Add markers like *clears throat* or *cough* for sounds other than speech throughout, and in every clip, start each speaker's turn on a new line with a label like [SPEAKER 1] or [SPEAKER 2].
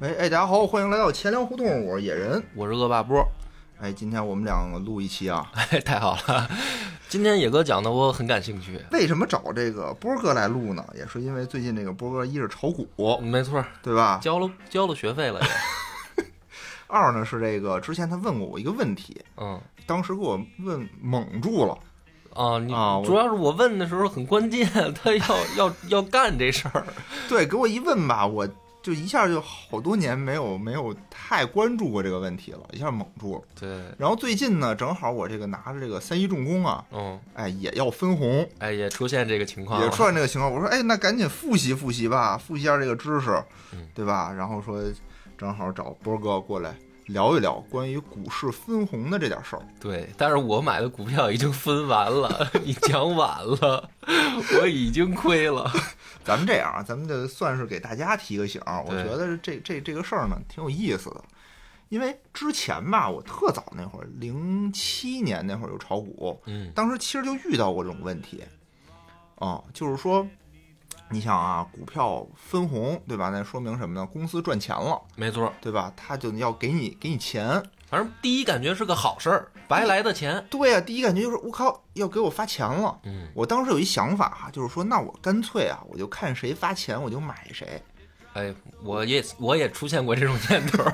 [SPEAKER 1] 哎哎，大家好，欢迎来到钱粮胡同，我是野人。
[SPEAKER 2] 我是恶霸波，
[SPEAKER 1] 哎，今天我们两个录一期啊，
[SPEAKER 2] 哎， *laughs* 太好了！ *laughs* 今天野哥讲的我很感兴趣，
[SPEAKER 1] 为什么找这个波哥来录呢？也是因为最近这个波哥一是炒股，
[SPEAKER 2] 哦没错，
[SPEAKER 1] 对吧？
[SPEAKER 2] 交了交了学费了也，
[SPEAKER 1] 二呢是这个之前他问过我一个问题，
[SPEAKER 2] *laughs* 嗯
[SPEAKER 1] 当时给我问懵住了，
[SPEAKER 2] 啊，你
[SPEAKER 1] 啊我
[SPEAKER 2] 主要是我问的时候很关键， *laughs* 他要要要干这事儿，
[SPEAKER 1] 对，给我一问吧，我就一下就好多年没有没有太关注过这个问题了，一下懵住了。
[SPEAKER 2] 对，
[SPEAKER 1] 然后最近呢，正好我这个拿着这个三一重工啊，
[SPEAKER 2] 嗯，
[SPEAKER 1] 哎，也要分红，
[SPEAKER 2] 哎，也出现这个情况
[SPEAKER 1] 也
[SPEAKER 2] 了，
[SPEAKER 1] 出现这个情况，我说哎，那赶紧复习复习吧，复习一下这个知识
[SPEAKER 2] 嗯，
[SPEAKER 1] 对吧？然后说正好找波哥过来聊一聊关于股市分红的这点事儿。
[SPEAKER 2] 对，但是我买的股票已经分完了， *laughs* 你讲晚了， *laughs* 我已经亏了，
[SPEAKER 1] 咱们这样啊，咱们就算是给大家提个醒儿，我
[SPEAKER 2] 对
[SPEAKER 1] 觉得这这这个事儿呢挺有意思的，因为之前吧，我特早那会儿，零七年那会儿有炒股，
[SPEAKER 2] 嗯
[SPEAKER 1] 当时其实就遇到过这种问题，啊、就是说，你想啊，股票分红对吧？那说明什么呢？公司赚钱了。
[SPEAKER 2] 没错，
[SPEAKER 1] 对吧？他就要给你给你钱。
[SPEAKER 2] 反正第一感觉是个好事儿，白来的钱，
[SPEAKER 1] 对啊呀、第一感觉就是我靠，要给我发钱了。
[SPEAKER 2] 嗯，
[SPEAKER 1] 我当时有一想法哈，就是说，那我干脆啊，我就看谁发钱，我就买
[SPEAKER 2] *laughs*
[SPEAKER 1] 谁，
[SPEAKER 2] 哎，我也我也出现过这种念头儿。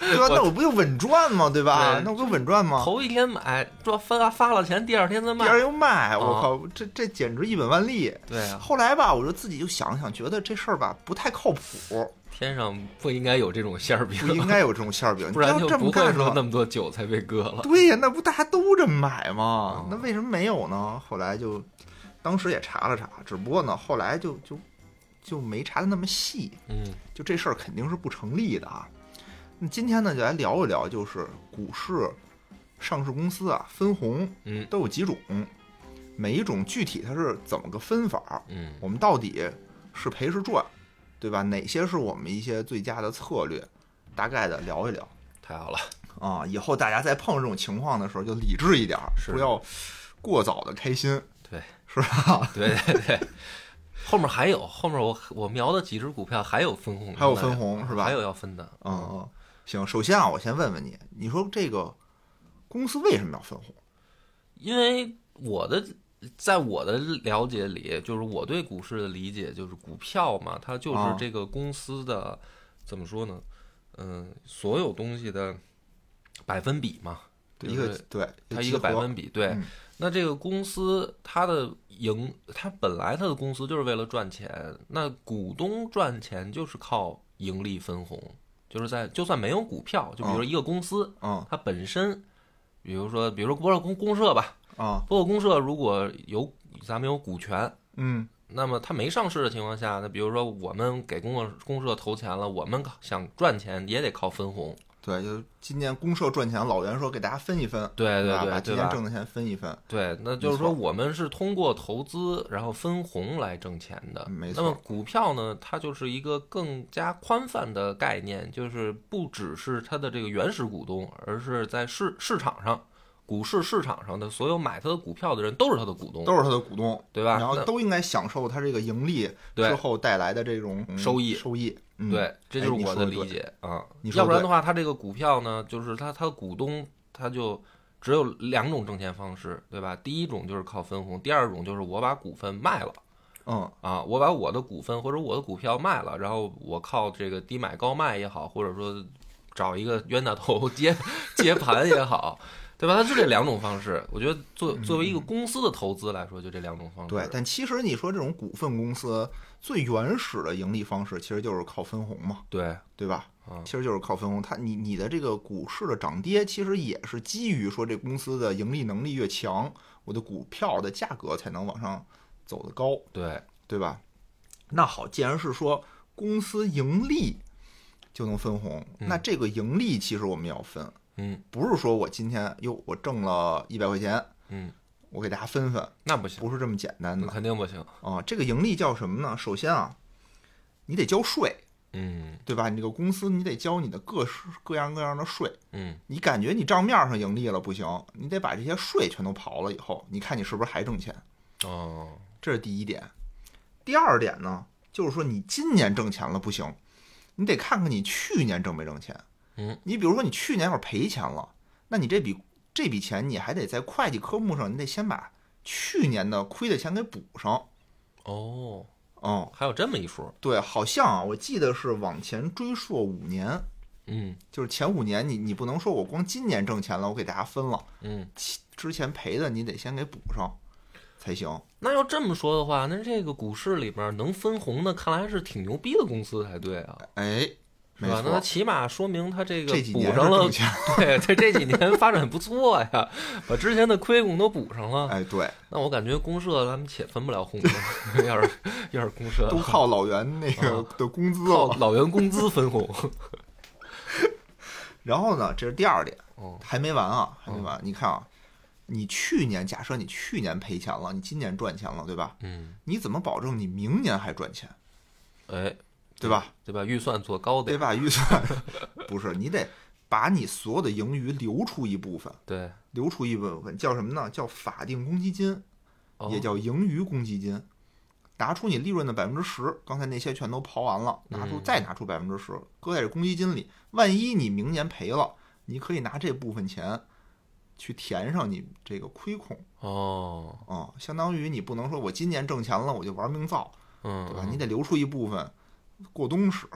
[SPEAKER 1] 对吧？那我不就稳赚吗？对吧？
[SPEAKER 2] 对
[SPEAKER 1] 那我不就稳赚吗？
[SPEAKER 2] 头一天买，这发发了钱，第二天再
[SPEAKER 1] 啊第
[SPEAKER 2] 卖
[SPEAKER 1] 二。又卖，我
[SPEAKER 2] 啊
[SPEAKER 1] 靠，这这简直一本万利。
[SPEAKER 2] 对啊，
[SPEAKER 1] 后来吧，我就自己就想想，觉得这事儿吧不太靠
[SPEAKER 2] *laughs*
[SPEAKER 1] 谱，
[SPEAKER 2] 天上不应该有这种馅儿饼
[SPEAKER 1] 不，应该有这种馅儿饼。
[SPEAKER 2] *laughs* 不然
[SPEAKER 1] 你
[SPEAKER 2] 就
[SPEAKER 1] 要这么
[SPEAKER 2] 不会
[SPEAKER 1] 干的
[SPEAKER 2] 说
[SPEAKER 1] 话
[SPEAKER 2] 那么多韭菜被割了。
[SPEAKER 1] 对呀，那不大家都这么买吗
[SPEAKER 2] 啊？
[SPEAKER 1] 那为什么没有呢？后来就，当时也查了查，只不过呢，后来就就就没查的那么细，
[SPEAKER 2] 嗯，
[SPEAKER 1] 就这事儿肯定是不成立的啊。那今天呢，就来聊一聊，就是股市上市公司啊，分红，
[SPEAKER 2] 嗯
[SPEAKER 1] 都有几种，每一种具体它是怎么个分法儿，
[SPEAKER 2] 嗯，
[SPEAKER 1] 我们到底是赔是赚，对吧？哪些是我们一些最佳的策略？大概的聊一聊。
[SPEAKER 2] 太好了， *laughs*
[SPEAKER 1] 啊，以后大家再碰上这种情况的时候，就理智一点儿，
[SPEAKER 2] 是
[SPEAKER 1] 不要过早的开心，
[SPEAKER 2] 对，
[SPEAKER 1] 是吧？
[SPEAKER 2] 对对对。后面还有，后面我我瞄的几只股票还有分红的呢，
[SPEAKER 1] 还有分红是吧
[SPEAKER 2] 还有要分的，
[SPEAKER 1] 嗯，嗯，行。首先啊，我先问问你，你说这个公司为什么要分红？
[SPEAKER 2] 因为我的在我的了解里，就是我对股市的理解就是股票嘛，它就是
[SPEAKER 1] 啊
[SPEAKER 2] 这个公司的怎么说呢？嗯、所有东西的百分比嘛，
[SPEAKER 1] 一
[SPEAKER 2] 就
[SPEAKER 1] 个
[SPEAKER 2] 是
[SPEAKER 1] 对，
[SPEAKER 2] 它一
[SPEAKER 1] 集
[SPEAKER 2] 个百
[SPEAKER 1] 合
[SPEAKER 2] 分比，对。
[SPEAKER 1] 嗯
[SPEAKER 2] 那这个公司它的盈，它本来它的公司就是为了赚钱，那股东赚钱就是靠盈利分红，就是在就算没有股票，就比如说一个公司，
[SPEAKER 1] 嗯
[SPEAKER 2] 它本身，比如说比如说波尔公公社吧，
[SPEAKER 1] 啊
[SPEAKER 2] 波尔公社如果有咱们有股权，
[SPEAKER 1] 嗯
[SPEAKER 2] 那么它没上市的情况下，那比如说我们给公社公社投钱了，我们想赚钱也得靠分红，
[SPEAKER 1] 对，就今年公社赚钱，老袁说给大家分一分，
[SPEAKER 2] 对
[SPEAKER 1] 吧？把今
[SPEAKER 2] 对对
[SPEAKER 1] 年
[SPEAKER 2] 吧？
[SPEAKER 1] 挣的钱分一分，
[SPEAKER 2] 对，那就
[SPEAKER 1] 没
[SPEAKER 2] 是
[SPEAKER 1] 错
[SPEAKER 2] 说我们是通过投资然后分红来挣钱的。
[SPEAKER 1] 嗯没
[SPEAKER 2] 呃那么股票呢，它就是一个更加宽泛的概念，就是不只是它的这个原始股东，而是在市市场上。股市市场上的所有买它的股票的人都是它的股东，
[SPEAKER 1] 都是他的股东，
[SPEAKER 2] 对吧？
[SPEAKER 1] 然后
[SPEAKER 2] 啊那
[SPEAKER 1] 都应该享受他这个盈利之
[SPEAKER 2] 对
[SPEAKER 1] 后带来的这种嗯
[SPEAKER 2] 收益
[SPEAKER 1] 收益。嗯，
[SPEAKER 2] 对，这就是
[SPEAKER 1] 哎你
[SPEAKER 2] 我
[SPEAKER 1] 说
[SPEAKER 2] 的
[SPEAKER 1] 得
[SPEAKER 2] 理
[SPEAKER 1] 对
[SPEAKER 2] 解啊
[SPEAKER 1] 你。说
[SPEAKER 2] 要不然
[SPEAKER 1] 得
[SPEAKER 2] 的话，它这个股票呢，就是它它的股东他就只有两种挣钱方式，对吧？第一种就是靠分红，第二种就是我把股份卖了
[SPEAKER 1] 嗯，
[SPEAKER 2] 啊，我把我的股份或者我的股票卖了，然后我靠这个低买高卖也好，或者说找一个冤大头接 *laughs* 接盘也好。对吧？它是这两种方式，我觉得作作为一个公司的投资来说，就这两种方
[SPEAKER 1] 嗯
[SPEAKER 2] 式。
[SPEAKER 1] 对，但其实你说这种股份公司最原始的盈利方式，其实就是靠分红嘛，
[SPEAKER 2] 对，
[SPEAKER 1] 对吧？
[SPEAKER 2] 嗯
[SPEAKER 1] 其实就是靠分红。它你你的这个股市的涨跌，其实也是基于说这公司的盈利能力越强，我的股票的价格才能往上走得高，
[SPEAKER 2] 对，
[SPEAKER 1] 对吧？那好，既然是说公司盈利就能分红，
[SPEAKER 2] 嗯
[SPEAKER 1] 那这个盈利其实我们也要分，
[SPEAKER 2] 嗯
[SPEAKER 1] 不是说我今天哟我挣了一百块钱，
[SPEAKER 2] 嗯，
[SPEAKER 1] 我给大家分分，
[SPEAKER 2] 那不行，
[SPEAKER 1] 不是这么简单
[SPEAKER 2] 那
[SPEAKER 1] 的。
[SPEAKER 2] 肯定不行。
[SPEAKER 1] 啊，这个盈利叫什么呢？首先啊，你得交税，
[SPEAKER 2] 嗯
[SPEAKER 1] 对吧？你这个公司你得交你的各式各样各样的税。
[SPEAKER 2] 嗯，
[SPEAKER 1] 你感觉你账面上盈利了不行，你得把这些税全都刨了以后，你看你是不是还挣钱？
[SPEAKER 2] 哦，
[SPEAKER 1] 这是第一点。第二点呢，就是说你今年挣钱了不行，你得看看你去年挣没挣钱。
[SPEAKER 2] 嗯，
[SPEAKER 1] 你比如说你去年要是赔钱了，那你这笔这笔钱你还得在会计科目上，你得先把去年的亏的钱给补上。
[SPEAKER 2] 哦，
[SPEAKER 1] 嗯，
[SPEAKER 2] 还有这么一说，
[SPEAKER 1] 对，好像啊，我记得是往前追溯五年，
[SPEAKER 2] 嗯
[SPEAKER 1] 就是前五年你你不能说我光今年挣钱了，我给大家分了，
[SPEAKER 2] 嗯，
[SPEAKER 1] 之前赔的你得先给补上才行。
[SPEAKER 2] 那要这么说的话，那这个股市里边能分红的，看来是挺牛逼的公司才对啊，
[SPEAKER 1] 哎，
[SPEAKER 2] 是
[SPEAKER 1] 没
[SPEAKER 2] 吧？那它
[SPEAKER 1] 错，
[SPEAKER 2] 起码说明它这个
[SPEAKER 1] 这几
[SPEAKER 2] 补
[SPEAKER 1] 年
[SPEAKER 2] 上
[SPEAKER 1] 是
[SPEAKER 2] 了
[SPEAKER 1] 挣，钱。
[SPEAKER 2] 对，这这几年发展不错呀，把之前的亏空都补上了。
[SPEAKER 1] 哎，
[SPEAKER 2] *laughs*
[SPEAKER 1] 对，
[SPEAKER 2] 那我感觉公社他们且分不了红了，要是要是公社
[SPEAKER 1] 都靠老袁那个的工资
[SPEAKER 2] 啊靠
[SPEAKER 1] 了。
[SPEAKER 2] 老员工资分红，
[SPEAKER 1] 然后呢，这是第二点
[SPEAKER 2] 哦，
[SPEAKER 1] 还没完啊，还没
[SPEAKER 2] 嗯
[SPEAKER 1] 完。你看啊，你去年假设你去年赔钱了，你今年赚钱了，对吧？
[SPEAKER 2] 嗯，
[SPEAKER 1] 你怎么保证你明年还赚钱，
[SPEAKER 2] 哎，
[SPEAKER 1] 对吧？
[SPEAKER 2] 对吧？预算做高
[SPEAKER 1] 得
[SPEAKER 2] 点，
[SPEAKER 1] 把预算 *laughs* 不是，你得把你所有的盈余留出一部分，
[SPEAKER 2] 对，
[SPEAKER 1] 留出一部分叫什么呢？叫法定公积金，
[SPEAKER 2] 哦
[SPEAKER 1] 也叫盈余公积金。拿出你利润的百分之十，刚才那些全都刨完了，拿出
[SPEAKER 2] 嗯
[SPEAKER 1] 再拿出百分之十，搁在这公积金里。万一你明年赔了，你可以拿这部分钱去填上你这个亏空
[SPEAKER 2] 哦，
[SPEAKER 1] 啊、相当于你不能说我今年挣钱了我就玩命造，
[SPEAKER 2] 嗯，
[SPEAKER 1] 对吧？
[SPEAKER 2] 嗯
[SPEAKER 1] 你得留出一部分过冬使。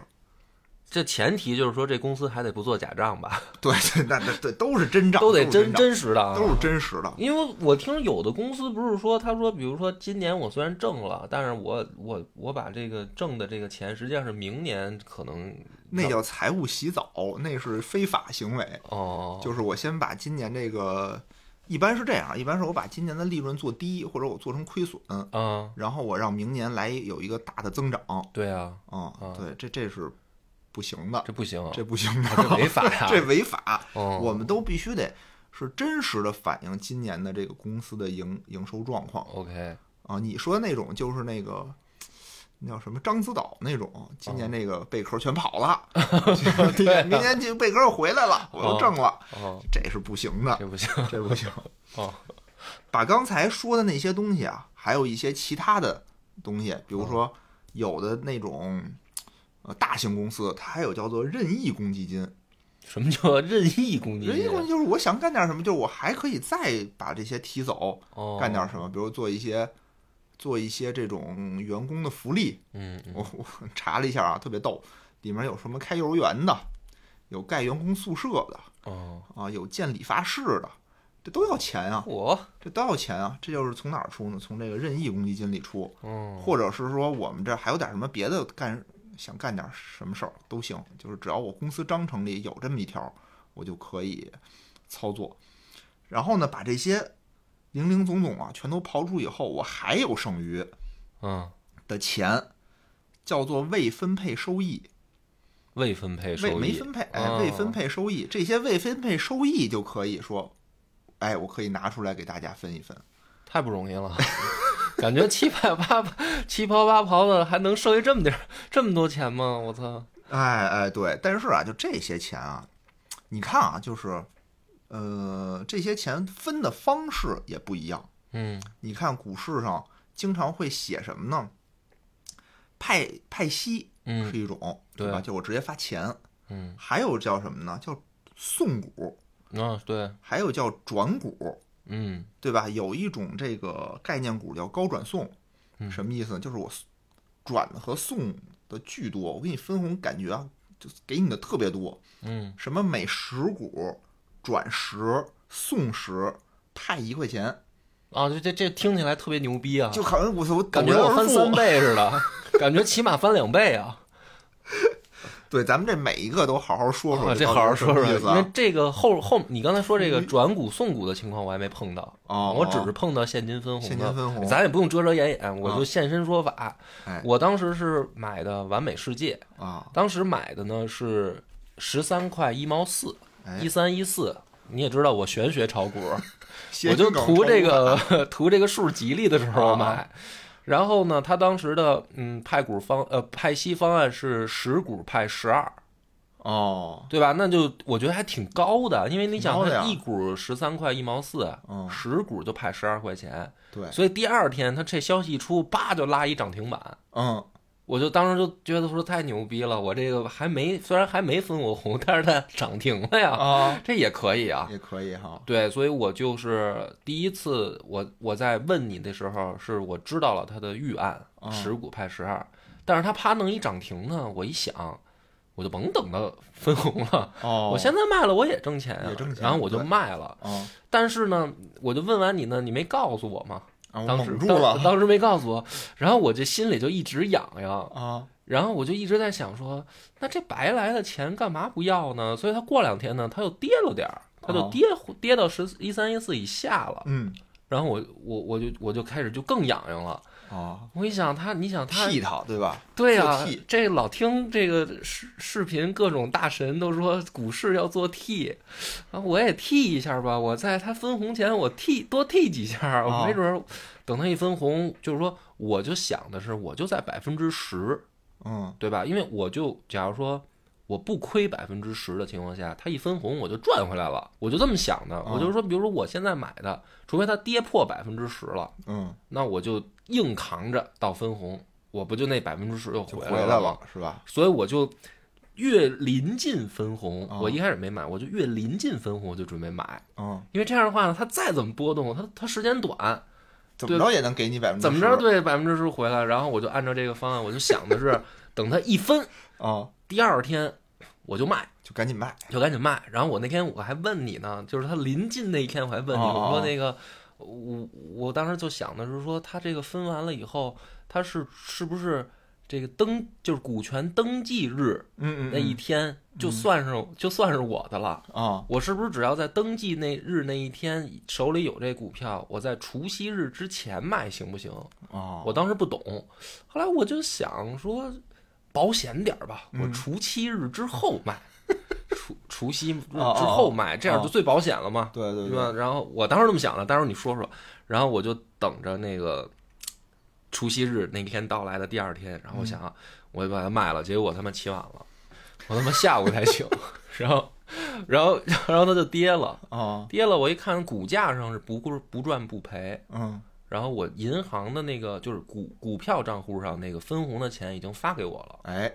[SPEAKER 2] 这前提就是说这公司还得不做假账吧，
[SPEAKER 1] *laughs* 对，对那那对都是真账，
[SPEAKER 2] 都
[SPEAKER 1] 都
[SPEAKER 2] 得
[SPEAKER 1] 是
[SPEAKER 2] 真
[SPEAKER 1] 账
[SPEAKER 2] 真实的啊，
[SPEAKER 1] 都是真实的。
[SPEAKER 2] 因为我听有的公司不是说，他说，比如说今年我虽然挣了，但是我我我把这个挣的这个钱，实际上是明年可能
[SPEAKER 1] 那叫财务洗澡，那是非法行为。
[SPEAKER 2] 哦，
[SPEAKER 1] 就是我先把今年这个，一般是这样，一般是我把今年的利润做低，或者我做成亏损，
[SPEAKER 2] 嗯，
[SPEAKER 1] 然后我让明年来有一个大的增长。
[SPEAKER 2] 对啊，
[SPEAKER 1] 啊、
[SPEAKER 2] 啊
[SPEAKER 1] 对，这这是不行的，
[SPEAKER 2] 这不行啊，
[SPEAKER 1] 这不行的，
[SPEAKER 2] 这违法呀
[SPEAKER 1] *laughs* 这违法。
[SPEAKER 2] 哦
[SPEAKER 1] 我们都必须得是真实的反映今年的这个公司的营营收状况
[SPEAKER 2] OK，
[SPEAKER 1] 啊。你说那种就是那个。那叫什么獐子岛那种，今年这个贝壳全跑 *laughs* 了，明年明年这贝壳又回来了，我又挣了，
[SPEAKER 2] 哦，
[SPEAKER 1] 这是不行的，
[SPEAKER 2] 这不行，
[SPEAKER 1] *laughs* 这不行。
[SPEAKER 2] 哦，
[SPEAKER 1] 把刚才说的那些东西啊，还有一些其他的东西，比如说有的那种呃大型公司，它还有叫做任意公积金。
[SPEAKER 2] 什么叫任意攻击？
[SPEAKER 1] 任意公积金就是我想干点什么，就是我还可以再把这些提走，
[SPEAKER 2] 哦，
[SPEAKER 1] 干点什么，比如做一些。做一些这种员工的福利，
[SPEAKER 2] 嗯，嗯，
[SPEAKER 1] *laughs* 我我查了一下啊，特别逗，里面有什么开幼儿园的，有盖员工宿舍的
[SPEAKER 2] 哦，
[SPEAKER 1] 啊，有建理发室的，这都要钱啊。
[SPEAKER 2] 我，
[SPEAKER 1] 这多少钱啊？这就是从哪儿出呢？从这个任意公积金里出，
[SPEAKER 2] 嗯，
[SPEAKER 1] 或者是说我们这还有点什么别的干，想干点什么事儿都行，就是只要我公司章程里有这么一条，我就可以操作。然后呢，把这些零零总总啊全都刨出以后，我还有剩余
[SPEAKER 2] 嗯，
[SPEAKER 1] 的钱，叫做未分配收益，
[SPEAKER 2] 未分配收
[SPEAKER 1] 未
[SPEAKER 2] 益
[SPEAKER 1] 没分配，哎，
[SPEAKER 2] 哦
[SPEAKER 1] 未分配收益，这些未分配收益就可以说，哎，我可以拿出来给大家分一分。
[SPEAKER 2] 太不容易了， *laughs* 感觉七百八七刨八刨的还能剩下这么点儿这么多钱吗？我操！
[SPEAKER 1] 哎哎，对，但是啊，就这些钱啊，你看啊，就是，呃，这些钱分的方式也不一样。
[SPEAKER 2] 嗯，
[SPEAKER 1] 你看股市上经常会写什么呢？派派息
[SPEAKER 2] 嗯
[SPEAKER 1] 是一种，
[SPEAKER 2] 对
[SPEAKER 1] 吧？就我直接发钱。
[SPEAKER 2] 嗯，
[SPEAKER 1] 还有叫什么呢？叫送股，
[SPEAKER 2] 啊，对，
[SPEAKER 1] 还有叫转股，
[SPEAKER 2] 嗯，
[SPEAKER 1] 对吧？有一种这个概念股叫高转送，
[SPEAKER 2] 嗯
[SPEAKER 1] 什么意思呢？就是我转和送的巨多，我给你分红，感觉啊，就给你的特别多。
[SPEAKER 2] 嗯，
[SPEAKER 1] 什么每十股转十送十派一块钱，
[SPEAKER 2] 啊，这这这听起来特别牛逼啊，
[SPEAKER 1] 就好像我我
[SPEAKER 2] 感觉我翻三
[SPEAKER 1] 倍。
[SPEAKER 2] 倍似的，感觉起码翻两倍啊！
[SPEAKER 1] 对，咱们这每一个都好好说说，
[SPEAKER 2] 啊，这
[SPEAKER 1] 到
[SPEAKER 2] 好
[SPEAKER 1] 底
[SPEAKER 2] 好
[SPEAKER 1] 是
[SPEAKER 2] 说说，
[SPEAKER 1] 什么意思
[SPEAKER 2] 因
[SPEAKER 1] 啊
[SPEAKER 2] 为这个后后你刚才说这个转股送股的情况我还没碰到，
[SPEAKER 1] 嗯哦，
[SPEAKER 2] 我只
[SPEAKER 1] 哦
[SPEAKER 2] 是碰到现金分红的。
[SPEAKER 1] 现金分红
[SPEAKER 2] 咱也不用遮遮掩掩，我
[SPEAKER 1] 啊
[SPEAKER 2] 就现身说法。
[SPEAKER 1] 哎
[SPEAKER 2] 我当时是买的完美世界，
[SPEAKER 1] 啊，
[SPEAKER 2] 当时买的呢是十三块一毛四，
[SPEAKER 1] 哎
[SPEAKER 2] 一，三一四。你也知道我玄
[SPEAKER 1] *laughs*
[SPEAKER 2] 学炒股，
[SPEAKER 1] 谐
[SPEAKER 2] 我
[SPEAKER 1] 音
[SPEAKER 2] 就
[SPEAKER 1] 梗超
[SPEAKER 2] 图这
[SPEAKER 1] 过
[SPEAKER 2] 个 *laughs* 图这个数吉利的时候
[SPEAKER 1] 啊
[SPEAKER 2] 买。然后呢，他当时的嗯派股方呃派息方案是十股派十二，
[SPEAKER 1] 哦，
[SPEAKER 2] 对吧？那就我觉得还挺高的，因为你想
[SPEAKER 1] 挺高的呀
[SPEAKER 2] 它一股十三块一毛四
[SPEAKER 1] 嗯，
[SPEAKER 2] 十股就派十二块钱，
[SPEAKER 1] 对，
[SPEAKER 2] 所以第二天他这消息一出，叭就拉一涨停板。
[SPEAKER 1] 嗯，
[SPEAKER 2] 我就当时就觉得说太牛逼了，我这个还没虽然还没分我红，但是它涨停了呀，
[SPEAKER 1] 啊，
[SPEAKER 2] 这也可以啊。
[SPEAKER 1] 也可以哈，
[SPEAKER 2] 对，所以我就是第一次我我在问你的时候，是我知道了它的预案
[SPEAKER 1] 啊
[SPEAKER 2] 持股派十二，但是它啪弄一涨停呢，我一想，我就甭等到分红了，
[SPEAKER 1] 哦，
[SPEAKER 2] 我现在卖了我也挣钱啊
[SPEAKER 1] 也挣钱
[SPEAKER 2] 然后我就
[SPEAKER 1] 对
[SPEAKER 2] 卖了。
[SPEAKER 1] 啊
[SPEAKER 2] 但是呢，我就问完你呢，你没告诉我嘛？
[SPEAKER 1] 啊，我
[SPEAKER 2] 当时
[SPEAKER 1] 蒙住
[SPEAKER 2] 当
[SPEAKER 1] 了
[SPEAKER 2] *laughs* 当时没告诉我，然后我这心里就一直痒痒，
[SPEAKER 1] 啊，
[SPEAKER 2] 然后我就一直在想说，那这白来的钱干嘛不要呢？所以它过两天呢，它又跌了点儿，它就
[SPEAKER 1] 哦
[SPEAKER 2] 跌、跌到十一三一四以下了。
[SPEAKER 1] 嗯，
[SPEAKER 2] 然后我我我就我就开始就更痒痒了。
[SPEAKER 1] 啊，
[SPEAKER 2] 我一想他，你想他，
[SPEAKER 1] 剃他对吧？
[SPEAKER 2] 对
[SPEAKER 1] 做
[SPEAKER 2] 啊
[SPEAKER 1] 替，
[SPEAKER 2] 这老听这个视视频，各种大神都说股市要做 T，啊，我也 T 一下吧。我在他分红前，我 T 多 T 几下，
[SPEAKER 1] 哦
[SPEAKER 2] 我没准儿等他一分红，就是说，我就想的是，我就在百分之十，
[SPEAKER 1] 嗯，
[SPEAKER 2] 对吧？因为我就假如说我不亏百分之十的情况下，它一分红我就赚回来了，我就这么想的。
[SPEAKER 1] 嗯
[SPEAKER 2] 我就说，比如说我现在买的，除非它跌破百分之十了，
[SPEAKER 1] 嗯，
[SPEAKER 2] 那我就硬扛着到分红，我不就那百分之十又
[SPEAKER 1] 就
[SPEAKER 2] 回
[SPEAKER 1] 回
[SPEAKER 2] 来
[SPEAKER 1] 来
[SPEAKER 2] 了吗？
[SPEAKER 1] 了是吧？
[SPEAKER 2] 所以我就越临近分红，
[SPEAKER 1] 哦
[SPEAKER 2] 我一开始没买，我就越临近分红我就准备买，
[SPEAKER 1] 嗯，
[SPEAKER 2] 因为这样的话呢，它再怎么波动，它它时间短，
[SPEAKER 1] 怎么
[SPEAKER 2] 对
[SPEAKER 1] 着也能给你百分之
[SPEAKER 2] 怎么着对百分之十回来，然后我就按照这个方案，我就想的是等它一分，
[SPEAKER 1] 啊，
[SPEAKER 2] 第二天我就卖，
[SPEAKER 1] 就赶紧卖
[SPEAKER 2] 就赶紧卖。然后我那天我还问你呢，就是它临近那一天我还问你，
[SPEAKER 1] 哦哦
[SPEAKER 2] 我
[SPEAKER 1] 哦
[SPEAKER 2] 说那个。我我当时就想的是说，它这个分完了以后，它是是不是这个登就是股权登记日，
[SPEAKER 1] 嗯嗯，
[SPEAKER 2] 那一天就算是、就算是我的了。
[SPEAKER 1] 啊
[SPEAKER 2] 我是不是只要在登记那日那一天手里有这股票，我在除夕日之前卖行不行？
[SPEAKER 1] 啊，
[SPEAKER 2] 我当时不懂，后来我就想说，保险点儿吧，
[SPEAKER 1] 嗯
[SPEAKER 2] 我除夕日之
[SPEAKER 1] *laughs*
[SPEAKER 2] 后卖，除除夕日
[SPEAKER 1] 哦
[SPEAKER 2] 之后卖，这样就最保险了嘛，
[SPEAKER 1] 对对
[SPEAKER 2] 对
[SPEAKER 1] 对，
[SPEAKER 2] 吧？然后我当时这么想的，待会儿你说说，然后我就等着那个呃除夕日那天到来的第二天，然后我想
[SPEAKER 1] 嗯
[SPEAKER 2] 啊，我就把它卖了，结果我他妈起晚了，我他妈下午才
[SPEAKER 1] *laughs*
[SPEAKER 2] 醒，然后，然后，然后它就跌了，
[SPEAKER 1] 啊，
[SPEAKER 2] 跌了，我一看股价上是不不不赚不赔，
[SPEAKER 1] 嗯
[SPEAKER 2] 然后我银行的那个就是股股票账户上那个分红的钱已经发给我了，
[SPEAKER 1] 哎，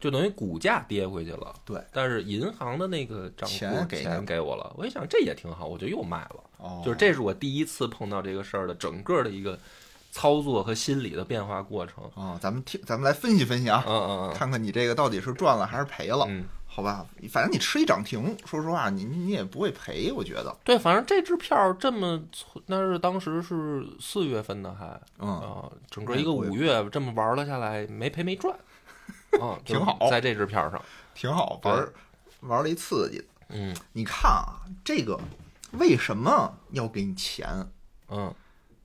[SPEAKER 2] 就等于股价跌回去了。
[SPEAKER 1] 对，
[SPEAKER 2] 但是银行的那个账户
[SPEAKER 1] 钱给你
[SPEAKER 2] 钱给我了，我一想这也挺好，我就又卖了。
[SPEAKER 1] 哦，
[SPEAKER 2] 就是这是我第一次碰到这个事儿的整个的一个操作和心理的变化过程。
[SPEAKER 1] 啊，咱们听，咱们来分析分析啊
[SPEAKER 2] 嗯，嗯嗯
[SPEAKER 1] 看看你这个到底是赚了还是赔了，
[SPEAKER 2] 嗯，
[SPEAKER 1] 好吧？反正你吃一涨停，说实话，你你你也不会赔，我觉得，
[SPEAKER 2] 对，反正这支票这么，那是当时是四月份呢，还啊、
[SPEAKER 1] 嗯，
[SPEAKER 2] 整个一个五月这么玩了下来，没赔没赚，
[SPEAKER 1] *laughs*
[SPEAKER 2] 啊，就是
[SPEAKER 1] 挺好
[SPEAKER 2] 在这支票上，
[SPEAKER 1] 挺好玩儿，玩了一刺激的。
[SPEAKER 2] 嗯
[SPEAKER 1] 你看啊，这个为什么要给你钱？啊
[SPEAKER 2] 嗯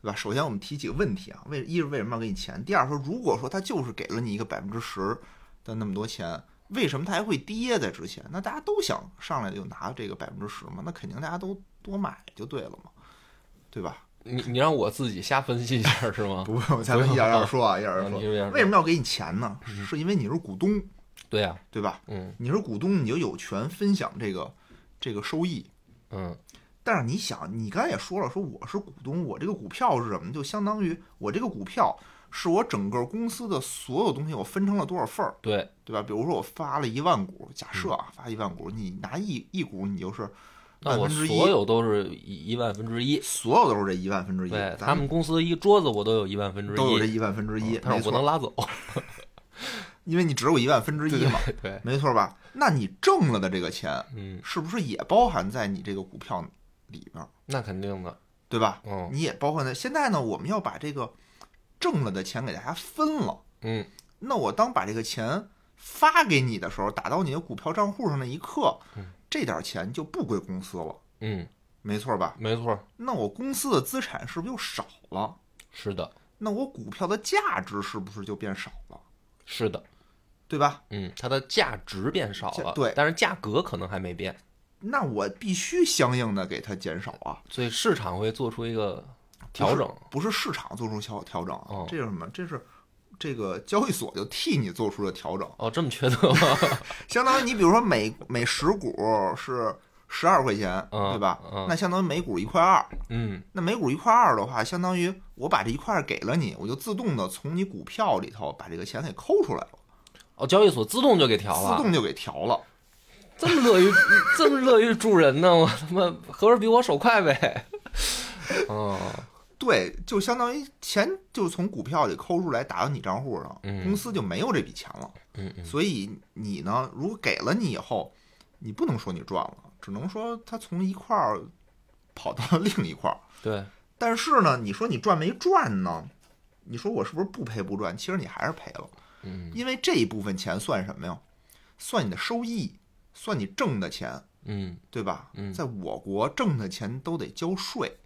[SPEAKER 1] 对吧？首先我们提几个问题啊，为一是为什么要给你钱？第二说，如果说他就是给了你一个百分之十的那么多钱，为什么他还会跌在之前？那大家都想上来就拿这个百分之十嘛，那肯定大家都多买就对了嘛，对吧？
[SPEAKER 2] 你你让我自己瞎分析一下是吗？
[SPEAKER 1] 不用，咱们一点点说啊，一点点
[SPEAKER 2] 你
[SPEAKER 1] 说。
[SPEAKER 2] 这样
[SPEAKER 1] 为什么要给你钱呢？是因为你是股东，
[SPEAKER 2] 对呀、
[SPEAKER 1] 对吧？
[SPEAKER 2] 嗯
[SPEAKER 1] 你是股东，你就有权分享这个这个收益。
[SPEAKER 2] 嗯
[SPEAKER 1] 但是你想，你刚才也说了，说我是股东，我这个股票是什么？就相当于我这个股票是我整个公司的所有东西，我分成了多少份儿，
[SPEAKER 2] 对，
[SPEAKER 1] 对吧？比如说我发了一万股，假设啊，
[SPEAKER 2] 嗯
[SPEAKER 1] 发一万股，你拿一一股，你就是
[SPEAKER 2] 那我
[SPEAKER 1] 1/10
[SPEAKER 2] 所有都是一一万分之一，
[SPEAKER 1] 所有都是这一万分之一，
[SPEAKER 2] 对他
[SPEAKER 1] 咱
[SPEAKER 2] 们公司一个桌子我都有一万分之一，
[SPEAKER 1] 都有这一万分之一，
[SPEAKER 2] 但
[SPEAKER 1] 没
[SPEAKER 2] 是我不能
[SPEAKER 1] 错，
[SPEAKER 2] 拉走。
[SPEAKER 1] 因为你只有一万分之一嘛，
[SPEAKER 2] *laughs* 对，
[SPEAKER 1] 没错吧？那你挣了的这个钱，
[SPEAKER 2] 嗯，
[SPEAKER 1] 是不是也包含在你这个股票里边儿，
[SPEAKER 2] 那肯定的，
[SPEAKER 1] 对吧？
[SPEAKER 2] 嗯
[SPEAKER 1] 你也包含在。现在呢，我们要把这个挣了的钱给大家分了。
[SPEAKER 2] 嗯，
[SPEAKER 1] 那我当把这个钱发给你的时候，打到你的股票账户上那一刻，这点钱就不归公司了，
[SPEAKER 2] 嗯，
[SPEAKER 1] 没错吧？
[SPEAKER 2] 没错，
[SPEAKER 1] 那我公司的资产是不是就少了？
[SPEAKER 2] 是的，
[SPEAKER 1] 那我股票的价值是不是就变少了？
[SPEAKER 2] 是的，
[SPEAKER 1] 对吧？
[SPEAKER 2] 嗯，它的价值变少
[SPEAKER 1] 价
[SPEAKER 2] 了，
[SPEAKER 1] 对
[SPEAKER 2] 但是价格可能还没变，
[SPEAKER 1] 那我必须相应的给它减少啊，
[SPEAKER 2] 所以市场会做出一个调整。
[SPEAKER 1] 不是市场做出调调整啊
[SPEAKER 2] 哦，
[SPEAKER 1] 这是什么？这是这个交易所就替你做出了调整。
[SPEAKER 2] 哦，这么缺德吗？
[SPEAKER 1] 相当于你比如说每每十股是十二块钱，
[SPEAKER 2] 嗯
[SPEAKER 1] 对吧？
[SPEAKER 2] 嗯
[SPEAKER 1] 那相当于每股一块二。
[SPEAKER 2] *laughs* 嗯
[SPEAKER 1] 那每股一块二的话，相当于我把这一块二给了你，我就自动的从你股票里头把这个钱给抠出来了，
[SPEAKER 2] 哦，交易所自动就给调了，
[SPEAKER 1] 自动就给调了。
[SPEAKER 2] 这么乐于这么乐于助人呢，我他妈合着比我手快呗。哦，
[SPEAKER 1] 对，就相当于钱就从股票里抠出来打到你账户上，
[SPEAKER 2] 嗯
[SPEAKER 1] 公司就没有这笔钱了。
[SPEAKER 2] 嗯嗯，
[SPEAKER 1] 所以你呢，如果给了你以后，你不能说你赚了，只能说它从一块儿跑到另一块儿。
[SPEAKER 2] 对，
[SPEAKER 1] 但是呢，你说你赚没赚呢？你说我是不是不赔不赚？其实你还是赔了，
[SPEAKER 2] 嗯
[SPEAKER 1] 因为这一部分钱算什么呀？算你的收益，算你挣的钱，
[SPEAKER 2] 嗯
[SPEAKER 1] 对吧？
[SPEAKER 2] 嗯
[SPEAKER 1] 在我国挣的钱都得交税，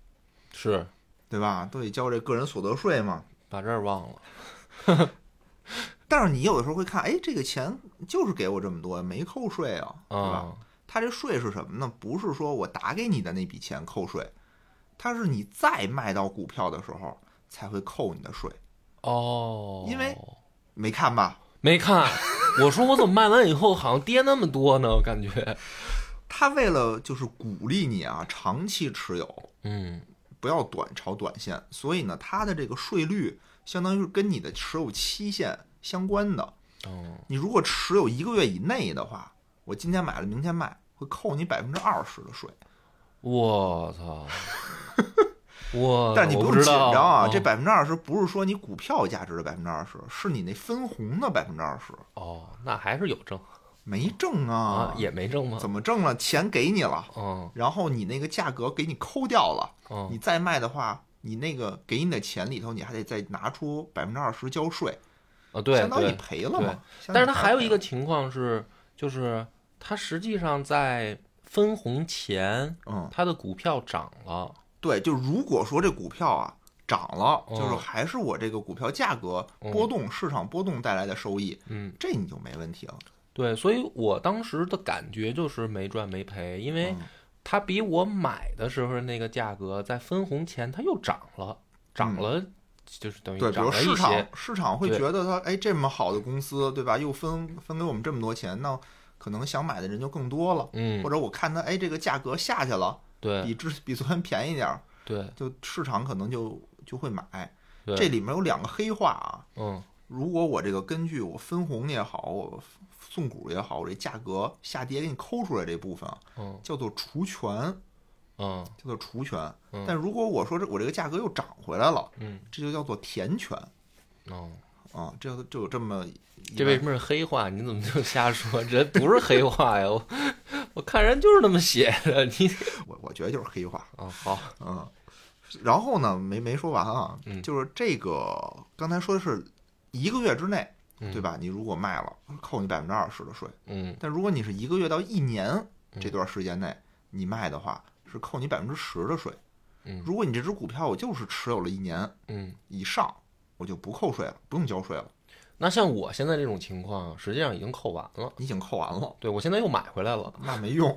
[SPEAKER 2] 是
[SPEAKER 1] 对吧？都得交这个人所得税嘛。
[SPEAKER 2] 把这儿忘了。
[SPEAKER 1] 但是你有的时候会看，哎，这个钱就是给我这么多，没扣税啊，对吧？
[SPEAKER 2] 啊、
[SPEAKER 1] 它这税是什么呢？不是说我打给你的那笔钱扣税，它是你再卖到股票的时候才会扣你的税，
[SPEAKER 2] 哦，
[SPEAKER 1] 因为没看吧？
[SPEAKER 2] 没看，我说我怎么卖完以后好像跌那么多呢？我感觉，
[SPEAKER 1] 它为了就是鼓励你啊，长期持有，
[SPEAKER 2] 嗯
[SPEAKER 1] 不要短炒短线，所以呢，它的这个税率相当于是跟你的持有期限相关的。
[SPEAKER 2] 哦，
[SPEAKER 1] 你如果持有一个月以内的话，我今天买了，明天卖，会扣你百分之二十的税。
[SPEAKER 2] 我操，
[SPEAKER 1] *laughs*
[SPEAKER 2] 我，
[SPEAKER 1] 但是你
[SPEAKER 2] 呃我
[SPEAKER 1] 不
[SPEAKER 2] 不
[SPEAKER 1] 用
[SPEAKER 2] 知
[SPEAKER 1] 紧
[SPEAKER 2] 道
[SPEAKER 1] 张啊，
[SPEAKER 2] 哦
[SPEAKER 1] 这百分之二十不是说你股票价值的百分之二十，是你那分红的百分之二十，
[SPEAKER 2] 哦，那还是有挣
[SPEAKER 1] 没挣啊，
[SPEAKER 2] 也没挣吗？
[SPEAKER 1] 怎么挣了？钱给你了，
[SPEAKER 2] 嗯
[SPEAKER 1] 然后你那个价格给你抠掉了，你
[SPEAKER 2] 嗯，
[SPEAKER 1] 再卖的话，你那个给你的钱里头，你还得再拿出百分之二十交税，
[SPEAKER 2] 哦对
[SPEAKER 1] 相当于
[SPEAKER 2] 对
[SPEAKER 1] 你，赔了嘛。相
[SPEAKER 2] 但
[SPEAKER 1] 当于
[SPEAKER 2] 是它还有
[SPEAKER 1] 赔
[SPEAKER 2] 一
[SPEAKER 1] 了
[SPEAKER 2] 个情况是，就是它实际上在分红前，
[SPEAKER 1] 嗯，
[SPEAKER 2] 它的股票涨了，
[SPEAKER 1] 对，就如果说这股票啊涨了，就是
[SPEAKER 2] 哦
[SPEAKER 1] 还是我这个股票价格
[SPEAKER 2] 嗯
[SPEAKER 1] 波动、市场波动带来的收益，
[SPEAKER 2] 嗯，
[SPEAKER 1] 这你就没问题了。
[SPEAKER 2] 对，所以我当时的感觉就是没赚没赔，因为
[SPEAKER 1] 嗯
[SPEAKER 2] 它比我买的时候那个价格在分红前它又涨了，
[SPEAKER 1] 嗯
[SPEAKER 2] 涨了就是等于
[SPEAKER 1] 对，比
[SPEAKER 2] 涨
[SPEAKER 1] 如
[SPEAKER 2] 了
[SPEAKER 1] 市
[SPEAKER 2] 一
[SPEAKER 1] 场
[SPEAKER 2] 些，
[SPEAKER 1] 市场会
[SPEAKER 2] 对
[SPEAKER 1] 觉得它哎这么好的公司，对吧？又分分给我们这么多钱，那可能想买的人就更多了。
[SPEAKER 2] 嗯
[SPEAKER 1] 或，者我看它哎这个价格下去了，
[SPEAKER 2] 对
[SPEAKER 1] 比之比昨天便宜点儿，
[SPEAKER 2] 对
[SPEAKER 1] 就市场可能就就会买。
[SPEAKER 2] 对，
[SPEAKER 1] 这里面有两个黑话啊，
[SPEAKER 2] 嗯
[SPEAKER 1] 如果我这个根据我分红也好，我送股也好，我这价格下跌给你抠出来这部分啊
[SPEAKER 2] 嗯
[SPEAKER 1] 叫做除权，
[SPEAKER 2] 嗯
[SPEAKER 1] 叫做除权
[SPEAKER 2] 嗯。
[SPEAKER 1] 但如果我说这我这个价格又涨回来了，
[SPEAKER 2] 嗯
[SPEAKER 1] 这就叫做填权。
[SPEAKER 2] 哦，
[SPEAKER 1] 啊，这就有这么一
[SPEAKER 2] 这
[SPEAKER 1] 个
[SPEAKER 2] 为什么是黑话？你怎么就瞎说？这不是黑话呀，我我看人就是那么写的，
[SPEAKER 1] *laughs*
[SPEAKER 2] 你
[SPEAKER 1] 我我觉得就是黑化，
[SPEAKER 2] 哦好，
[SPEAKER 1] 嗯。然后呢，没没说完啊，
[SPEAKER 2] 嗯
[SPEAKER 1] 就是这个刚才说的是一个月之内，
[SPEAKER 2] 嗯
[SPEAKER 1] 对？吧？你如果卖了，扣你百分之二十的税。
[SPEAKER 2] 嗯，
[SPEAKER 1] 但如果你是一个月到一年
[SPEAKER 2] 嗯
[SPEAKER 1] 这段时间内你卖的话，是扣你百分之十的税。
[SPEAKER 2] 嗯
[SPEAKER 1] 如果你这只股票我就是持有了一年
[SPEAKER 2] 嗯，
[SPEAKER 1] 以上，我就不扣税了，不用交税了，
[SPEAKER 2] 那像我现在这种情况，实际上已经扣完了。
[SPEAKER 1] 你已经扣完了，
[SPEAKER 2] 对我现在又买回来了。
[SPEAKER 1] 那没用。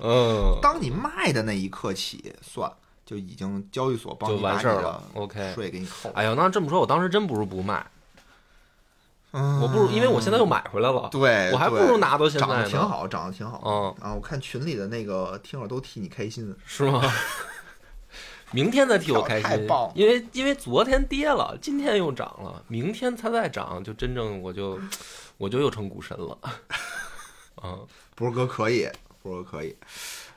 [SPEAKER 2] 嗯，
[SPEAKER 1] 当你卖的那一刻起算，就已经交易所帮
[SPEAKER 2] 就
[SPEAKER 1] 你把
[SPEAKER 2] 完
[SPEAKER 1] 你
[SPEAKER 2] 事儿
[SPEAKER 1] 的
[SPEAKER 2] 了。OK。
[SPEAKER 1] 税给你扣了。
[SPEAKER 2] 哎呦，那这么说，我当时真不如不卖，
[SPEAKER 1] 嗯，
[SPEAKER 2] 我不如，因为我现在又买回来了，
[SPEAKER 1] 对，
[SPEAKER 2] 我还不
[SPEAKER 1] 对
[SPEAKER 2] 如拿到现在
[SPEAKER 1] 长
[SPEAKER 2] 呢。
[SPEAKER 1] 得挺。好，长得挺好。
[SPEAKER 2] 嗯，
[SPEAKER 1] 啊，我看群里的那个听友都替你开心，
[SPEAKER 2] 是吗？明天再替我开
[SPEAKER 1] 太
[SPEAKER 2] 心
[SPEAKER 1] 棒了，
[SPEAKER 2] 因为因为昨天跌了，今天又涨了，明天它再涨，就真正我就我就又成股神了。 *laughs* 嗯，
[SPEAKER 1] 博哥可以，博哥可以。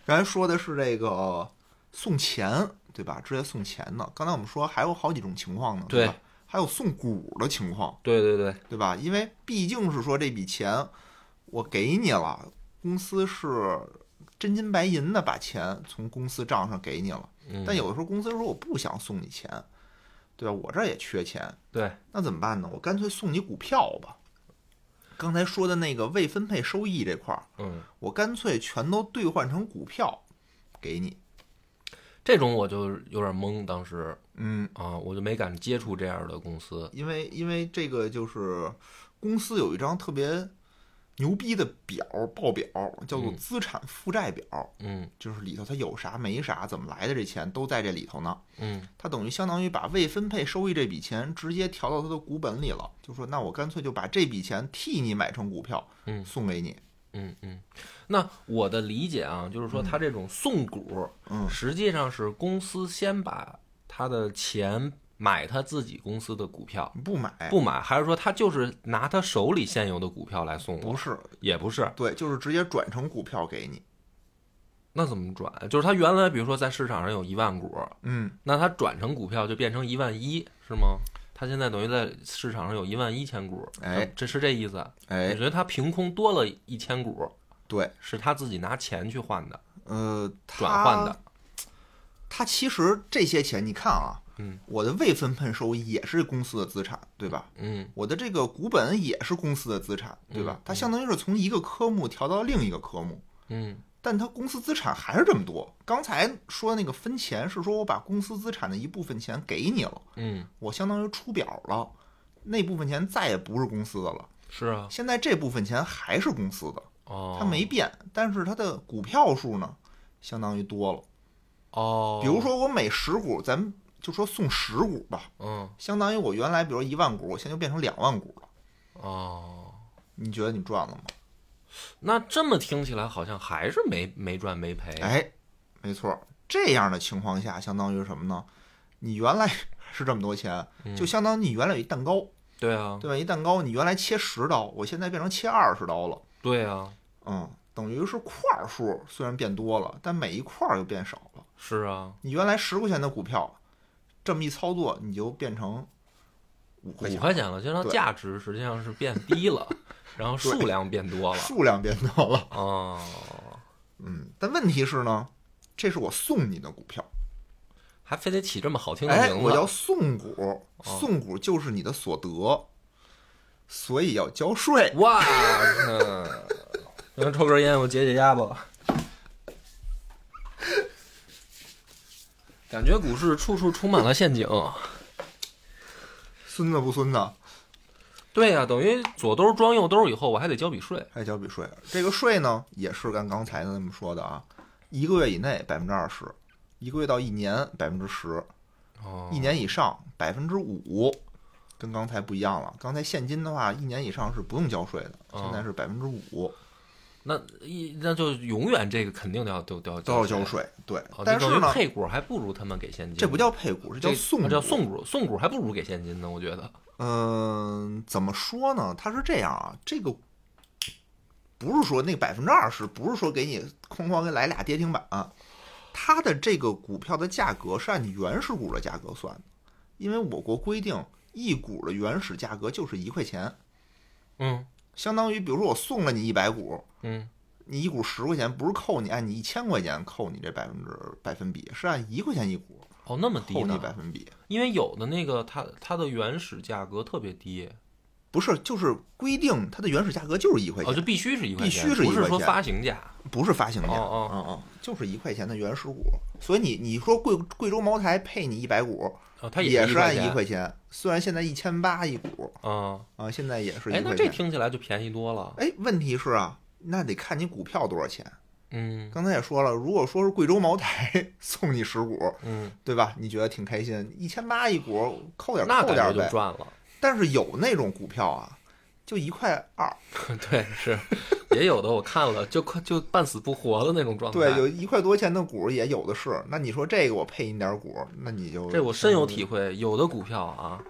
[SPEAKER 1] 刚才说的是这个呃送钱，对吧？直接送钱的。刚才我们说还有好几种情况呢，对
[SPEAKER 2] 对
[SPEAKER 1] 吧？还有送股的情况，
[SPEAKER 2] 对对对，
[SPEAKER 1] 对吧？因为毕竟是说这笔钱我给你了，公司是真金白银的把钱从公司账上给你了。
[SPEAKER 2] 嗯，
[SPEAKER 1] 但有的时候公司说我不想送你钱，对吧？我这儿也缺钱，
[SPEAKER 2] 对，
[SPEAKER 1] 那怎么办呢？我干脆送你股票吧。刚才说的那个未分配收益这块儿，
[SPEAKER 2] 嗯，
[SPEAKER 1] 我干脆全都兑换成股票给你。
[SPEAKER 2] 这种我就有点懵，当时
[SPEAKER 1] 嗯，
[SPEAKER 2] 啊，我就没敢接触这样的公司。
[SPEAKER 1] 因为因为这个就是公司有一张特别牛逼的表报表，叫做
[SPEAKER 2] 嗯
[SPEAKER 1] 资产负债表，
[SPEAKER 2] 嗯
[SPEAKER 1] 就是里头它有啥没啥，怎么来的这钱都在这里头呢。
[SPEAKER 2] 嗯
[SPEAKER 1] 它等于相当于把未分配收益这笔钱直接调到他的股本里了，就说那我干脆就把这笔钱替你买成股票
[SPEAKER 2] 嗯
[SPEAKER 1] 送给你，
[SPEAKER 2] 嗯嗯，那我的理解啊，就是说它这种送股，
[SPEAKER 1] 嗯
[SPEAKER 2] 实际上是公司先把他的钱买他自己公司的股票，
[SPEAKER 1] 不买
[SPEAKER 2] 不买，还是说他就是拿他手里现有的股票来送我？
[SPEAKER 1] 不是，
[SPEAKER 2] 也不是，
[SPEAKER 1] 对，就是直接转成股票给你。
[SPEAKER 2] 那怎么转？就是他原来比如说在市场上有一万股，
[SPEAKER 1] 嗯，
[SPEAKER 2] 那他转成股票就变成一万一，是吗？他现在等于在市场上有一万一千股，
[SPEAKER 1] 哎
[SPEAKER 2] 这是这意思？你
[SPEAKER 1] 哎，
[SPEAKER 2] 觉得他凭空多了一千股，
[SPEAKER 1] 对，
[SPEAKER 2] 是他自己拿钱去换的，
[SPEAKER 1] 呃，它
[SPEAKER 2] 转换的。
[SPEAKER 1] 它其实这些钱，你看啊，
[SPEAKER 2] 嗯，
[SPEAKER 1] 我的未分配收益也是公司的资产，对吧？
[SPEAKER 2] 嗯
[SPEAKER 1] 我的这个股本也是公司的资产，对吧
[SPEAKER 2] 嗯？
[SPEAKER 1] 它相当于是从一个科目调到另一个科目，
[SPEAKER 2] 嗯
[SPEAKER 1] 但它公司资产还是这么多。刚才说那个分钱是说我把公司资产的一部分钱给你了，
[SPEAKER 2] 嗯，
[SPEAKER 1] 我相当于出表了，那部分钱再也不是公司的了。
[SPEAKER 2] 是啊，
[SPEAKER 1] 现在这部分钱还是公司的，
[SPEAKER 2] 哦，
[SPEAKER 1] 它没变，但是它的股票数呢，相当于多了。
[SPEAKER 2] 哦，
[SPEAKER 1] 比如，说我每十股，咱们就说送十股吧，
[SPEAKER 2] 嗯
[SPEAKER 1] 相当于我原来比如一万股，我现在就变成两万股了。
[SPEAKER 2] 哦，
[SPEAKER 1] 你觉得你赚了吗？
[SPEAKER 2] 那这么听起来好像还是没没赚没赔，
[SPEAKER 1] 哎，没错，这样的情况下，相当于什么呢？你原来 *laughs* 是这么多钱，
[SPEAKER 2] 嗯
[SPEAKER 1] 就相当于你原来有一蛋糕，
[SPEAKER 2] 对啊，
[SPEAKER 1] 对吧？一蛋糕，你原来切十刀，我现在变成切二十刀了，
[SPEAKER 2] 对啊，
[SPEAKER 1] 嗯，等于是块儿数虽然变多了，但每一块儿又变少了。
[SPEAKER 2] 是啊，
[SPEAKER 1] 你原来十块钱的股票，这么一操作，你就变成五块
[SPEAKER 2] 五
[SPEAKER 1] 钱，
[SPEAKER 2] 块钱了，就让
[SPEAKER 1] 对
[SPEAKER 2] 价值实际上是变低
[SPEAKER 1] *laughs*
[SPEAKER 2] 了，然后数量变多了，
[SPEAKER 1] 数量变多了。
[SPEAKER 2] 哦，
[SPEAKER 1] 嗯，但问题是呢，这是我送你的股票，
[SPEAKER 2] 还非得起这么好听的
[SPEAKER 1] 哎，
[SPEAKER 2] 名
[SPEAKER 1] 我
[SPEAKER 2] 字，
[SPEAKER 1] 叫送
[SPEAKER 2] 哦
[SPEAKER 1] 股，送股就是你的所得，所以要交税。
[SPEAKER 2] 哇，嗯， *laughs* 能抽根烟，我解解压吧。感觉股市处处充满了陷阱。
[SPEAKER 1] 孙子不孙子，
[SPEAKER 2] 对呀、等于左兜装右兜以后，我还得交笔税。
[SPEAKER 1] 还交笔税。这个税呢，也是按刚才那么说的啊，一个月以内百分之二十，一个月到一年百分之十，
[SPEAKER 2] 哦
[SPEAKER 1] 一年以上百分之五，跟刚才不一样了。刚才现金的话，一年以上是不用交税的，
[SPEAKER 2] 哦
[SPEAKER 1] 现在是百分之五
[SPEAKER 2] 那一那就永远这个肯定都要都都要
[SPEAKER 1] 都要交。税。对
[SPEAKER 2] 哦，
[SPEAKER 1] 但是
[SPEAKER 2] 那等于
[SPEAKER 1] 呢，
[SPEAKER 2] 配股还不如他们给现金，
[SPEAKER 1] 这不叫配股，这
[SPEAKER 2] 这
[SPEAKER 1] 叫送
[SPEAKER 2] 啊
[SPEAKER 1] 股。
[SPEAKER 2] 叫送股，送股还不如给现金呢，我觉得。
[SPEAKER 1] 嗯，怎么说呢？它是这样啊，这个不是说那百分之二十，不是说给你哐哐给来俩跌停板、它的这个股票的价格是按你原始股的价格算的，因为我国规定一股的原始价格就是一块钱，
[SPEAKER 2] 嗯
[SPEAKER 1] 相当于比如说我送了你一百股，
[SPEAKER 2] 嗯，
[SPEAKER 1] 你一股十块钱，不是扣你按你一千块钱扣你这百分之百分比，是按一块钱一股
[SPEAKER 2] 哦，那么低
[SPEAKER 1] 扣你百
[SPEAKER 2] 呢？
[SPEAKER 1] 分比，
[SPEAKER 2] 因为有的那个它它的原始价格特别低，
[SPEAKER 1] 不是就是规定它的原始价格就是一块钱
[SPEAKER 2] 哦，就。必须是一块
[SPEAKER 1] 必
[SPEAKER 2] 钱，
[SPEAKER 1] 须是
[SPEAKER 2] 不
[SPEAKER 1] 一
[SPEAKER 2] 是
[SPEAKER 1] 块
[SPEAKER 2] 说
[SPEAKER 1] 钱
[SPEAKER 2] 发行价。
[SPEAKER 1] 不是发行价，
[SPEAKER 2] 哦哦
[SPEAKER 1] 嗯嗯，就是一块钱的原始股。所以你你说贵贵州茅台配你一百股，
[SPEAKER 2] 哦，它
[SPEAKER 1] 也
[SPEAKER 2] 是
[SPEAKER 1] 是按一
[SPEAKER 2] 钱。
[SPEAKER 1] 块钱，虽然现在一千八一股
[SPEAKER 2] 嗯，
[SPEAKER 1] 啊，现在也是一
[SPEAKER 2] 哎，那
[SPEAKER 1] 块
[SPEAKER 2] 这
[SPEAKER 1] 钱。
[SPEAKER 2] 听起来就便宜多了。
[SPEAKER 1] 哎，问题是啊，那得看你股票多少钱。
[SPEAKER 2] 嗯
[SPEAKER 1] 刚才也说了，如果说是贵州茅台送你十股，
[SPEAKER 2] 嗯，
[SPEAKER 1] 对吧？你觉得挺开心，一千八一股，扣点
[SPEAKER 2] 那
[SPEAKER 1] 扣
[SPEAKER 2] 感
[SPEAKER 1] 点
[SPEAKER 2] 觉就
[SPEAKER 1] 呗。
[SPEAKER 2] 赚了。
[SPEAKER 1] 但是有那种股票啊，就一块二， *laughs*
[SPEAKER 2] 对，是也有的，我看了就快就半死不活的那种状态。
[SPEAKER 1] 对，有一块多钱的股也有的是。那你说这个我配你点股，那你就
[SPEAKER 2] 这我深有体会。有的股票啊，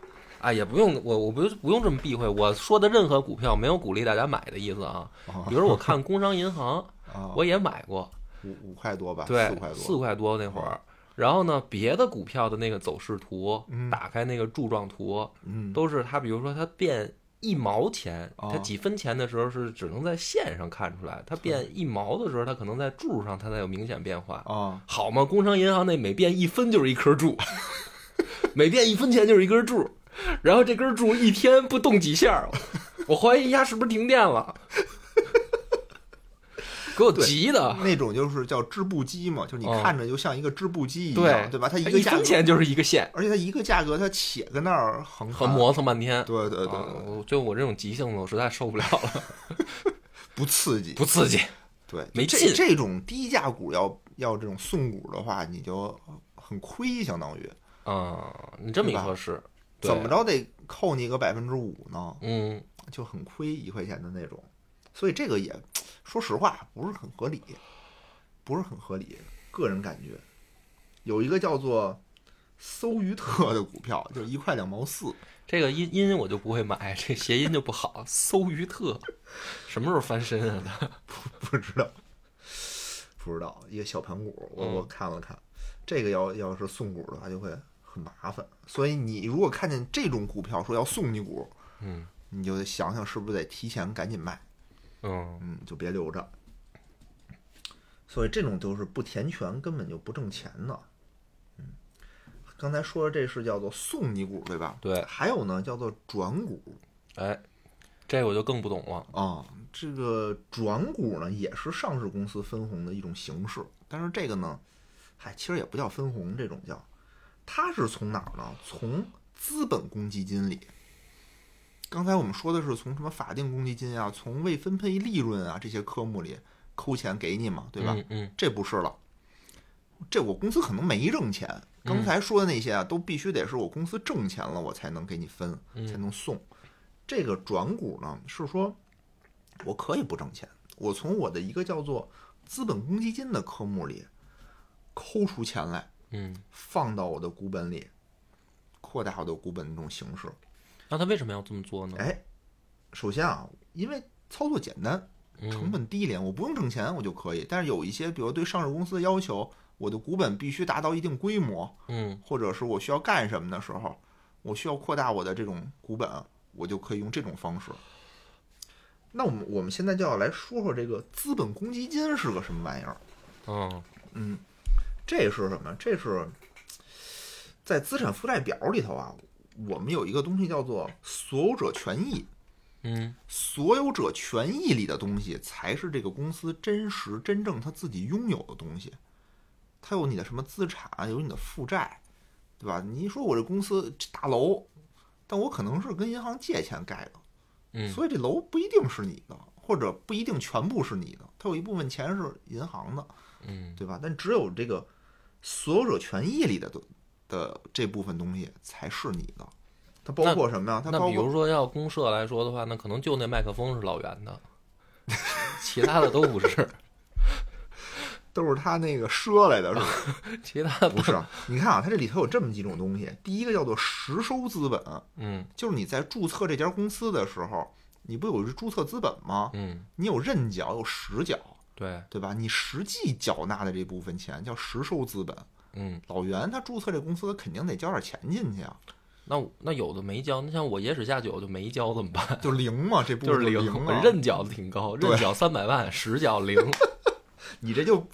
[SPEAKER 2] 哎，也不用我我不不用这么避讳。我说的任何股票没有鼓励大家买的意
[SPEAKER 1] *laughs*
[SPEAKER 2] 思啊。
[SPEAKER 1] 啊
[SPEAKER 2] 比如我看工商银行，
[SPEAKER 1] 啊，
[SPEAKER 2] 我也买过，
[SPEAKER 1] 五五块多吧，
[SPEAKER 2] 对
[SPEAKER 1] 啊四块，多，
[SPEAKER 2] 四块多那会儿。然后呢，别的股票的那个走势图，
[SPEAKER 1] 嗯
[SPEAKER 2] 打开那个柱状图，
[SPEAKER 1] 嗯，
[SPEAKER 2] 都是它，比如说它变一毛钱，
[SPEAKER 1] 哦
[SPEAKER 2] 它几分钱的时候是只能在线上看出来，它变一毛的时候，它可能在柱上它才有明显变化。
[SPEAKER 1] 啊，
[SPEAKER 2] 好嘛，工商银行那每变一分就是一棵柱， *laughs* 每变一分钱就是一根柱，然后这根柱一天不动几下儿，我怀疑丫是不是停电
[SPEAKER 1] *laughs*
[SPEAKER 2] 了，给我急的。
[SPEAKER 1] 那种就是叫织布机嘛，就是你
[SPEAKER 2] 啊哦
[SPEAKER 1] 看着就像一个织布机一
[SPEAKER 2] 对
[SPEAKER 1] 样，对吧？它一
[SPEAKER 2] 它
[SPEAKER 1] 个
[SPEAKER 2] 一
[SPEAKER 1] 价
[SPEAKER 2] 分
[SPEAKER 1] 格，
[SPEAKER 2] 钱就是一个线，
[SPEAKER 1] 而且它一个价格它且跟那儿横
[SPEAKER 2] 很
[SPEAKER 1] 盘，
[SPEAKER 2] 磨蹭半天。
[SPEAKER 1] 对啊对对
[SPEAKER 2] 啊
[SPEAKER 1] 对，
[SPEAKER 2] 我就我这种急性子，我实在受不了
[SPEAKER 1] *laughs*
[SPEAKER 2] 了，
[SPEAKER 1] 不刺激，
[SPEAKER 2] 不刺激。
[SPEAKER 1] 对，
[SPEAKER 2] 没
[SPEAKER 1] 这
[SPEAKER 2] 劲
[SPEAKER 1] 这种低价股要要这种送股的话，你就很亏，相当于
[SPEAKER 2] 啊、你这么一
[SPEAKER 1] 对吧
[SPEAKER 2] 说是，对
[SPEAKER 1] 怎么？着得扣你个百分之五呢，
[SPEAKER 2] 嗯，
[SPEAKER 1] 就很亏一块钱的那种，所以这个也说实话不是很合理，不是很合理。个人感觉，有一个叫做搜鱼特 *laughs* 的股票，就是一块两毛四，
[SPEAKER 2] 这个音音我就不会买，这谐音就不好。 *laughs* 搜鱼特，什么时候翻身啊？
[SPEAKER 1] 不知道，不知道一个小盘股，我
[SPEAKER 2] 嗯
[SPEAKER 1] 我看了看，这个要要是送股的话就会很麻烦。所以你如果看见这种股票说要送你股，
[SPEAKER 2] 嗯
[SPEAKER 1] 你就得想想是不是得提前赶紧卖。
[SPEAKER 2] 嗯，
[SPEAKER 1] 嗯，就别留着。所以这种就是不填权，根本就不挣钱的。嗯，刚才说的这是叫做送你股，对吧？
[SPEAKER 2] 对
[SPEAKER 1] 还有呢，叫做转股
[SPEAKER 2] 哎，这我就更不懂了。
[SPEAKER 1] 啊、这个转股呢，也是上市公司分红的一种形式，但是这个呢，嗨，其实也不叫分红，这种叫，它是从哪儿呢？从资本公积金里。刚才我们说的是从什么法定公积金啊，从未分配利润啊这些科目里抠钱给你嘛，对吧？
[SPEAKER 2] 嗯嗯
[SPEAKER 1] 这不是了，这我公司可能没挣钱。刚才说的那些啊，都必须得是我公司挣钱了，我才能给你分，才能送。这个转股呢，是说我可以不挣钱，我从我的一个叫做资本公积金的科目里抠出钱来，
[SPEAKER 2] 嗯，
[SPEAKER 1] 放到我的股本里，扩大我的股本的这种形式。
[SPEAKER 2] 那他为什么要这么做呢？
[SPEAKER 1] 哎，首先啊，因为操作简单，成
[SPEAKER 2] 嗯
[SPEAKER 1] 本低廉，我不用挣钱我就可以。但是有一些，比如对上市公司的要求，我的股本必须达到一定规模，
[SPEAKER 2] 嗯
[SPEAKER 1] 或者是我需要干什么的时候，我需要扩大我的这种股本，我就可以用这种方式。那我们我们现在就要来说说这个资本公积金是个什么玩意儿。
[SPEAKER 2] 嗯
[SPEAKER 1] 嗯，这是什么？这是在资产负债表里头啊，我们有一个东西叫做所有者权益。
[SPEAKER 2] 嗯
[SPEAKER 1] 所有者权益里的东西才是这个公司真实真正他自己拥有的东西。它有你的什么资产，有你的负债，对吧？你一说我这公司这大楼，但我可能是跟银行借钱盖的，
[SPEAKER 2] 嗯
[SPEAKER 1] 所以这楼不一定是你的，或者不一定全部是你的，它有一部分钱是银行的，
[SPEAKER 2] 嗯
[SPEAKER 1] 对吧？但只有这个所有者权益里的的的这部分东西才是你的。它包括什么呀？它
[SPEAKER 2] 那
[SPEAKER 1] 包
[SPEAKER 2] 比
[SPEAKER 1] 括
[SPEAKER 2] 如说要公社来说的话，那可能就那麦克风是老袁的， *laughs* 其他的都不是， *laughs*
[SPEAKER 1] 都是他那个赊来的，是吧？
[SPEAKER 2] 其 *laughs* 他的
[SPEAKER 1] 不是，你看啊，它这里头有这么几种东西。第一个叫做实收资本，
[SPEAKER 2] 嗯
[SPEAKER 1] 就是你在注册这家公司的时候，你不有注册资本吗？
[SPEAKER 2] 嗯
[SPEAKER 1] 你有认缴，有实缴，
[SPEAKER 2] 对
[SPEAKER 1] 对吧？你实际缴纳的这部分钱叫实收资本。
[SPEAKER 2] 嗯。
[SPEAKER 1] 老袁他注册这公司，肯定得交点钱进去啊，
[SPEAKER 2] 那我那有的没交，那像我野史下酒就没交怎么办？
[SPEAKER 1] 就零
[SPEAKER 2] *laughs*
[SPEAKER 1] 嘛，这部
[SPEAKER 2] 就
[SPEAKER 1] 分
[SPEAKER 2] 是零，
[SPEAKER 1] 零
[SPEAKER 2] 我
[SPEAKER 1] 啊。
[SPEAKER 2] 认缴挺高，
[SPEAKER 1] 对
[SPEAKER 2] 认缴三百万，实缴
[SPEAKER 1] *laughs*
[SPEAKER 2] 零，
[SPEAKER 1] 你这就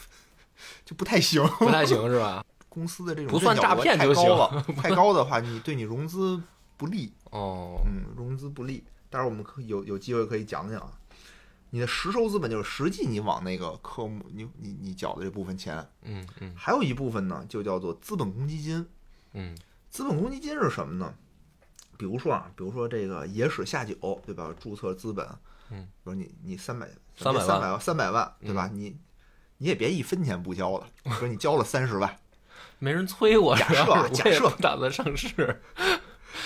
[SPEAKER 1] 就不太行，
[SPEAKER 2] 不太行是吧？
[SPEAKER 1] 公司的这种
[SPEAKER 2] 不算
[SPEAKER 1] 认缴额
[SPEAKER 2] 诈骗
[SPEAKER 1] 太
[SPEAKER 2] 就
[SPEAKER 1] 高
[SPEAKER 2] 行
[SPEAKER 1] 了，太高的话，你对你融资不利。
[SPEAKER 2] 哦，
[SPEAKER 1] 嗯，融资不利。待会儿我们可有有机会可以讲讲啊。你的实收资本就是实际你往那个科目你你你缴的这部分钱，
[SPEAKER 2] 嗯嗯
[SPEAKER 1] 还有一部分呢就叫做资本公积金。
[SPEAKER 2] 嗯
[SPEAKER 1] 资本公积金是什么呢？比如说啊，比如说这个野史下酒，对吧？注册资本，
[SPEAKER 2] 嗯，
[SPEAKER 1] 比如你你三百
[SPEAKER 2] 300万嗯
[SPEAKER 1] 三百万三百万，对吧？你你也别一分钱不交了，说你交了三十
[SPEAKER 2] *laughs*
[SPEAKER 1] 万，
[SPEAKER 2] 没人催我，
[SPEAKER 1] 假设啊
[SPEAKER 2] 主要是我
[SPEAKER 1] 假
[SPEAKER 2] 也
[SPEAKER 1] 设
[SPEAKER 2] 不打算上市，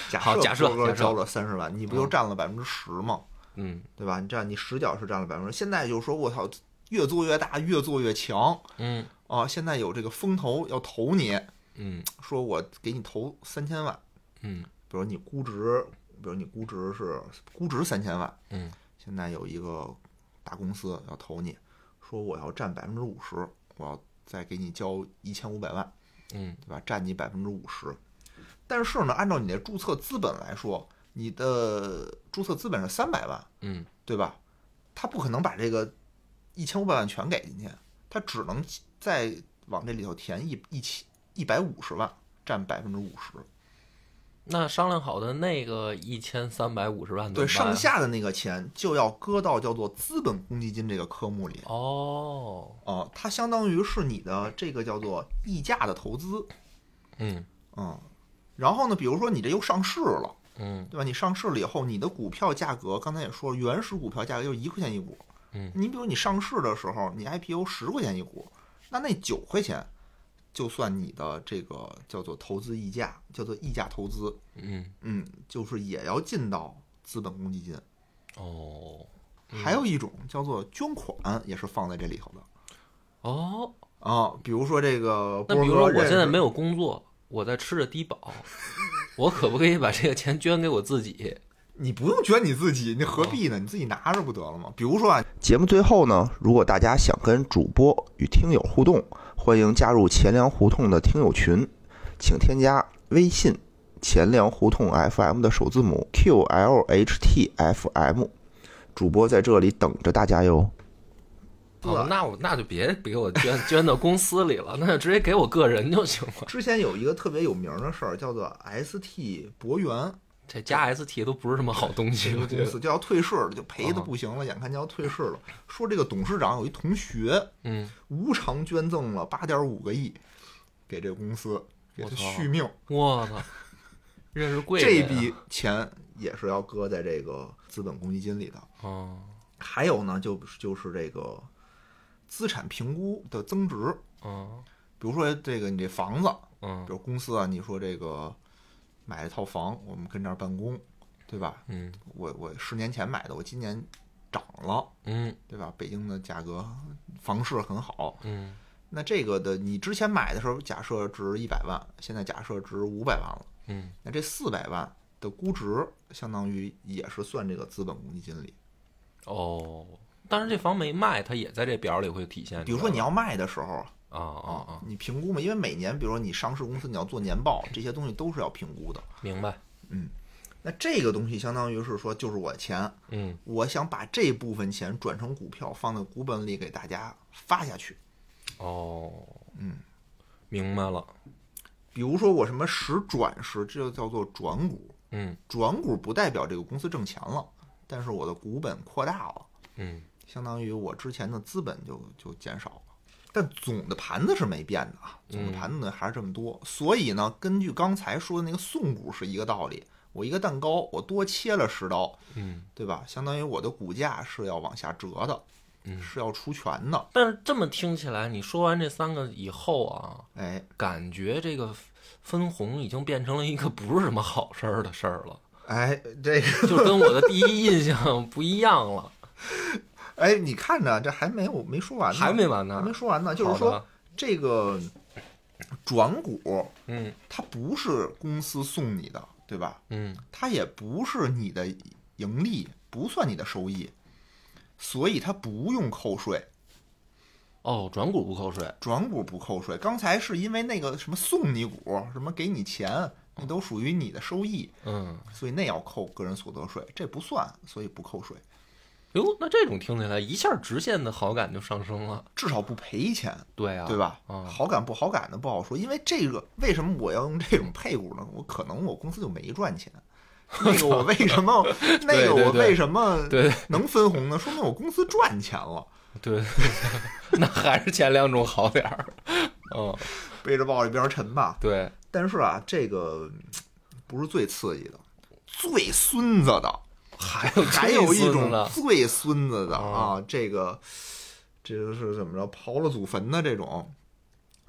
[SPEAKER 1] 假
[SPEAKER 2] 好
[SPEAKER 1] 设
[SPEAKER 2] 假设
[SPEAKER 1] 郭哥
[SPEAKER 2] 假设
[SPEAKER 1] 交了三十万，你不就
[SPEAKER 2] 嗯
[SPEAKER 1] 占了百分之十吗？
[SPEAKER 2] 嗯
[SPEAKER 1] 对吧？你这样你实缴是占了百分之，现在就是说我操，越做越大，越做越强
[SPEAKER 2] 嗯
[SPEAKER 1] 啊！现在有这个风投要投你，
[SPEAKER 2] 嗯
[SPEAKER 1] 说我给你投三千万，
[SPEAKER 2] 嗯
[SPEAKER 1] 比如你估值，比如你估值是估值三千万，
[SPEAKER 2] 嗯，
[SPEAKER 1] 现在有一个大公司要投你，说我要占百分之五十，我要再给你交一千五百万，
[SPEAKER 2] 嗯
[SPEAKER 1] 对吧？占你百分之五十。但是呢，按照你的注册资本来说，你的注册资本是三百万，
[SPEAKER 2] 嗯
[SPEAKER 1] 对吧？他不可能把这个一千五百万全给进去，他只能再往这里头填一一千一百五十万，占百分之五十。
[SPEAKER 2] 那商量好的那个一千三百五十万怎
[SPEAKER 1] 对，
[SPEAKER 2] 么办啊
[SPEAKER 1] 上下的那个钱就要搁到叫做资本公积金这个科目里
[SPEAKER 2] 哦，
[SPEAKER 1] 哦、它相当于是你的这个叫做溢价的投资，
[SPEAKER 2] 嗯
[SPEAKER 1] 嗯。然后呢，比如说你这又上市了，
[SPEAKER 2] 嗯
[SPEAKER 1] 对吧？你上市了以后，你的股票价格，刚才也说了，原始股票价格就是一块钱一股。
[SPEAKER 2] 嗯，
[SPEAKER 1] 你比如你上市的时候，你 IPO 十块钱一股，那那九块钱就算你的这个叫做投资溢价，叫做溢价投资。
[SPEAKER 2] 嗯
[SPEAKER 1] 嗯，就是也要进到资本公积金。
[SPEAKER 2] 哦，
[SPEAKER 1] 还有一种叫做捐款，也是放在这里头的
[SPEAKER 2] 哦，
[SPEAKER 1] 啊。比如说这个，
[SPEAKER 2] 那比如说我现在没
[SPEAKER 1] 有，
[SPEAKER 2] 有工作，我在吃着低保，我可不可以把这个钱捐给我自
[SPEAKER 1] *laughs*
[SPEAKER 2] 己？
[SPEAKER 1] 你不用捐你自己，你何必呢？你自己拿着不得了吗？比如说啊，节目最后呢，如果大家想跟主播与听友互动，欢迎加入钱粮胡同的听友群，请添加微信“钱粮胡同 FM” 的首字母 “QLHTFM”，主播在这里等着大家哟。
[SPEAKER 2] 哦，那我那就别给我捐 *laughs* 捐到公司里了，那就直接给我个人就行了。 *laughs*
[SPEAKER 1] 之前有一个特别有名的事儿，叫做 ST 博元
[SPEAKER 2] 这加 ST 都不是什么好东西，
[SPEAKER 1] 这
[SPEAKER 2] 我
[SPEAKER 1] 个
[SPEAKER 2] 觉
[SPEAKER 1] 公
[SPEAKER 2] 得。
[SPEAKER 1] 司就要退市了，就赔的
[SPEAKER 2] 啊
[SPEAKER 1] 不行了，眼看就要退市了。说这个董事长有一同学
[SPEAKER 2] 嗯，
[SPEAKER 1] 无偿捐赠了八点五个亿给这个公司，给
[SPEAKER 2] 我
[SPEAKER 1] 他
[SPEAKER 2] 操
[SPEAKER 1] 续命。
[SPEAKER 2] 我操，这是贵
[SPEAKER 1] 这
[SPEAKER 2] 人啊
[SPEAKER 1] 笔钱也是要搁在这个资本公积金里的。
[SPEAKER 2] 哦，
[SPEAKER 1] 还有呢，就就是这个资产评估的增值，
[SPEAKER 2] 嗯
[SPEAKER 1] 比如说这个你这房子，比
[SPEAKER 2] 嗯
[SPEAKER 1] 如公司啊，你说这个买了套房，我们跟这儿办公，对吧？
[SPEAKER 2] 嗯
[SPEAKER 1] 我我十年前买的，我今年涨了，
[SPEAKER 2] 嗯
[SPEAKER 1] 对吧？北京的价格，房市很好。
[SPEAKER 2] 嗯
[SPEAKER 1] 那这个的，你之前买的时候，假设值一百万，现在假设值五百万了，
[SPEAKER 2] 嗯，
[SPEAKER 1] 那这四百万的估值，相当于也是算这个资本公积金里。
[SPEAKER 2] 哦，但是这房没卖，它也在这表里会体现出来吧。
[SPEAKER 1] 比如说你要卖的时候
[SPEAKER 2] 啊啊啊，
[SPEAKER 1] 你评估嘛，因为每年，比如说你上市公司你要做年报，这些东西都是要评估的。
[SPEAKER 2] 明白。
[SPEAKER 1] 那这个东西相当于是说，就是我的钱，
[SPEAKER 2] 嗯，
[SPEAKER 1] 我想把这部分钱转成股票，放在股本里给大家发下去。
[SPEAKER 2] 哦，
[SPEAKER 1] 嗯，
[SPEAKER 2] 明白了。
[SPEAKER 1] 比如说我什么十转十，这就叫做转股。
[SPEAKER 2] 嗯
[SPEAKER 1] 转股不代表这个公司挣钱了，但是我的股本扩大了，
[SPEAKER 2] 嗯，
[SPEAKER 1] 相当于我之前的资本就就减少了。但总的盘子是没变的啊，总
[SPEAKER 2] 嗯
[SPEAKER 1] 的盘子呢还是这么多。所以呢，根据刚才说的那个送股是一个道理，我一个蛋糕我多切了十刀，
[SPEAKER 2] 嗯，
[SPEAKER 1] 对吧？相当于我的股价是要往下折的，
[SPEAKER 2] 嗯
[SPEAKER 1] 是要除权的。
[SPEAKER 2] 但是这么听起来，你说完这三个以后啊，
[SPEAKER 1] 哎
[SPEAKER 2] 感觉这个分红已经变成了一个不是什么好事儿的事儿了，
[SPEAKER 1] 哎，这个
[SPEAKER 2] 就跟我的第一印象不一样了。
[SPEAKER 1] 哎，你看着这还没有没说完呢，
[SPEAKER 2] 还没完呢
[SPEAKER 1] 还没说完呢，就是
[SPEAKER 2] 好
[SPEAKER 1] 说
[SPEAKER 2] 的，
[SPEAKER 1] 这个转股
[SPEAKER 2] 嗯
[SPEAKER 1] 它不是公司送你的，对吧？
[SPEAKER 2] 嗯，
[SPEAKER 1] 它也不是你的盈利，不算你的收益，所以它不用扣税。
[SPEAKER 2] 哦，转股不扣税。
[SPEAKER 1] 转股不扣税。刚才是因为那个什么送你股，什么给你钱，那都属于你的收益，
[SPEAKER 2] 嗯，
[SPEAKER 1] 所以那要扣个人所得税，这不算，所以不扣税，
[SPEAKER 2] 哟，那这种听起来一下直线的好感就上升了。
[SPEAKER 1] 至少不赔钱。
[SPEAKER 2] 对啊，
[SPEAKER 1] 对？吧？
[SPEAKER 2] 嗯
[SPEAKER 1] 好感不好感的不好说，因为这个为什么我要用这种配股呢？我可能我公司就没赚钱，那个我为什么那个
[SPEAKER 2] 对对
[SPEAKER 1] 我
[SPEAKER 2] 对
[SPEAKER 1] 为什么
[SPEAKER 2] 对 *laughs*
[SPEAKER 1] *laughs* 能分红呢？说明我公司赚钱了，
[SPEAKER 2] 对， *laughs* 对对那还是前两种好点儿。嗯，
[SPEAKER 1] 背着抱着一边沉吧。
[SPEAKER 2] 对，
[SPEAKER 1] 但是啊，这个嗯不是最刺激的，最孙子的，
[SPEAKER 2] *laughs* 还有
[SPEAKER 1] 还有一
[SPEAKER 2] 这孙子
[SPEAKER 1] 种
[SPEAKER 2] 呢，
[SPEAKER 1] 最孙子的
[SPEAKER 2] 啊
[SPEAKER 1] 啊，这个这个是怎么着？刨了祖坟的这种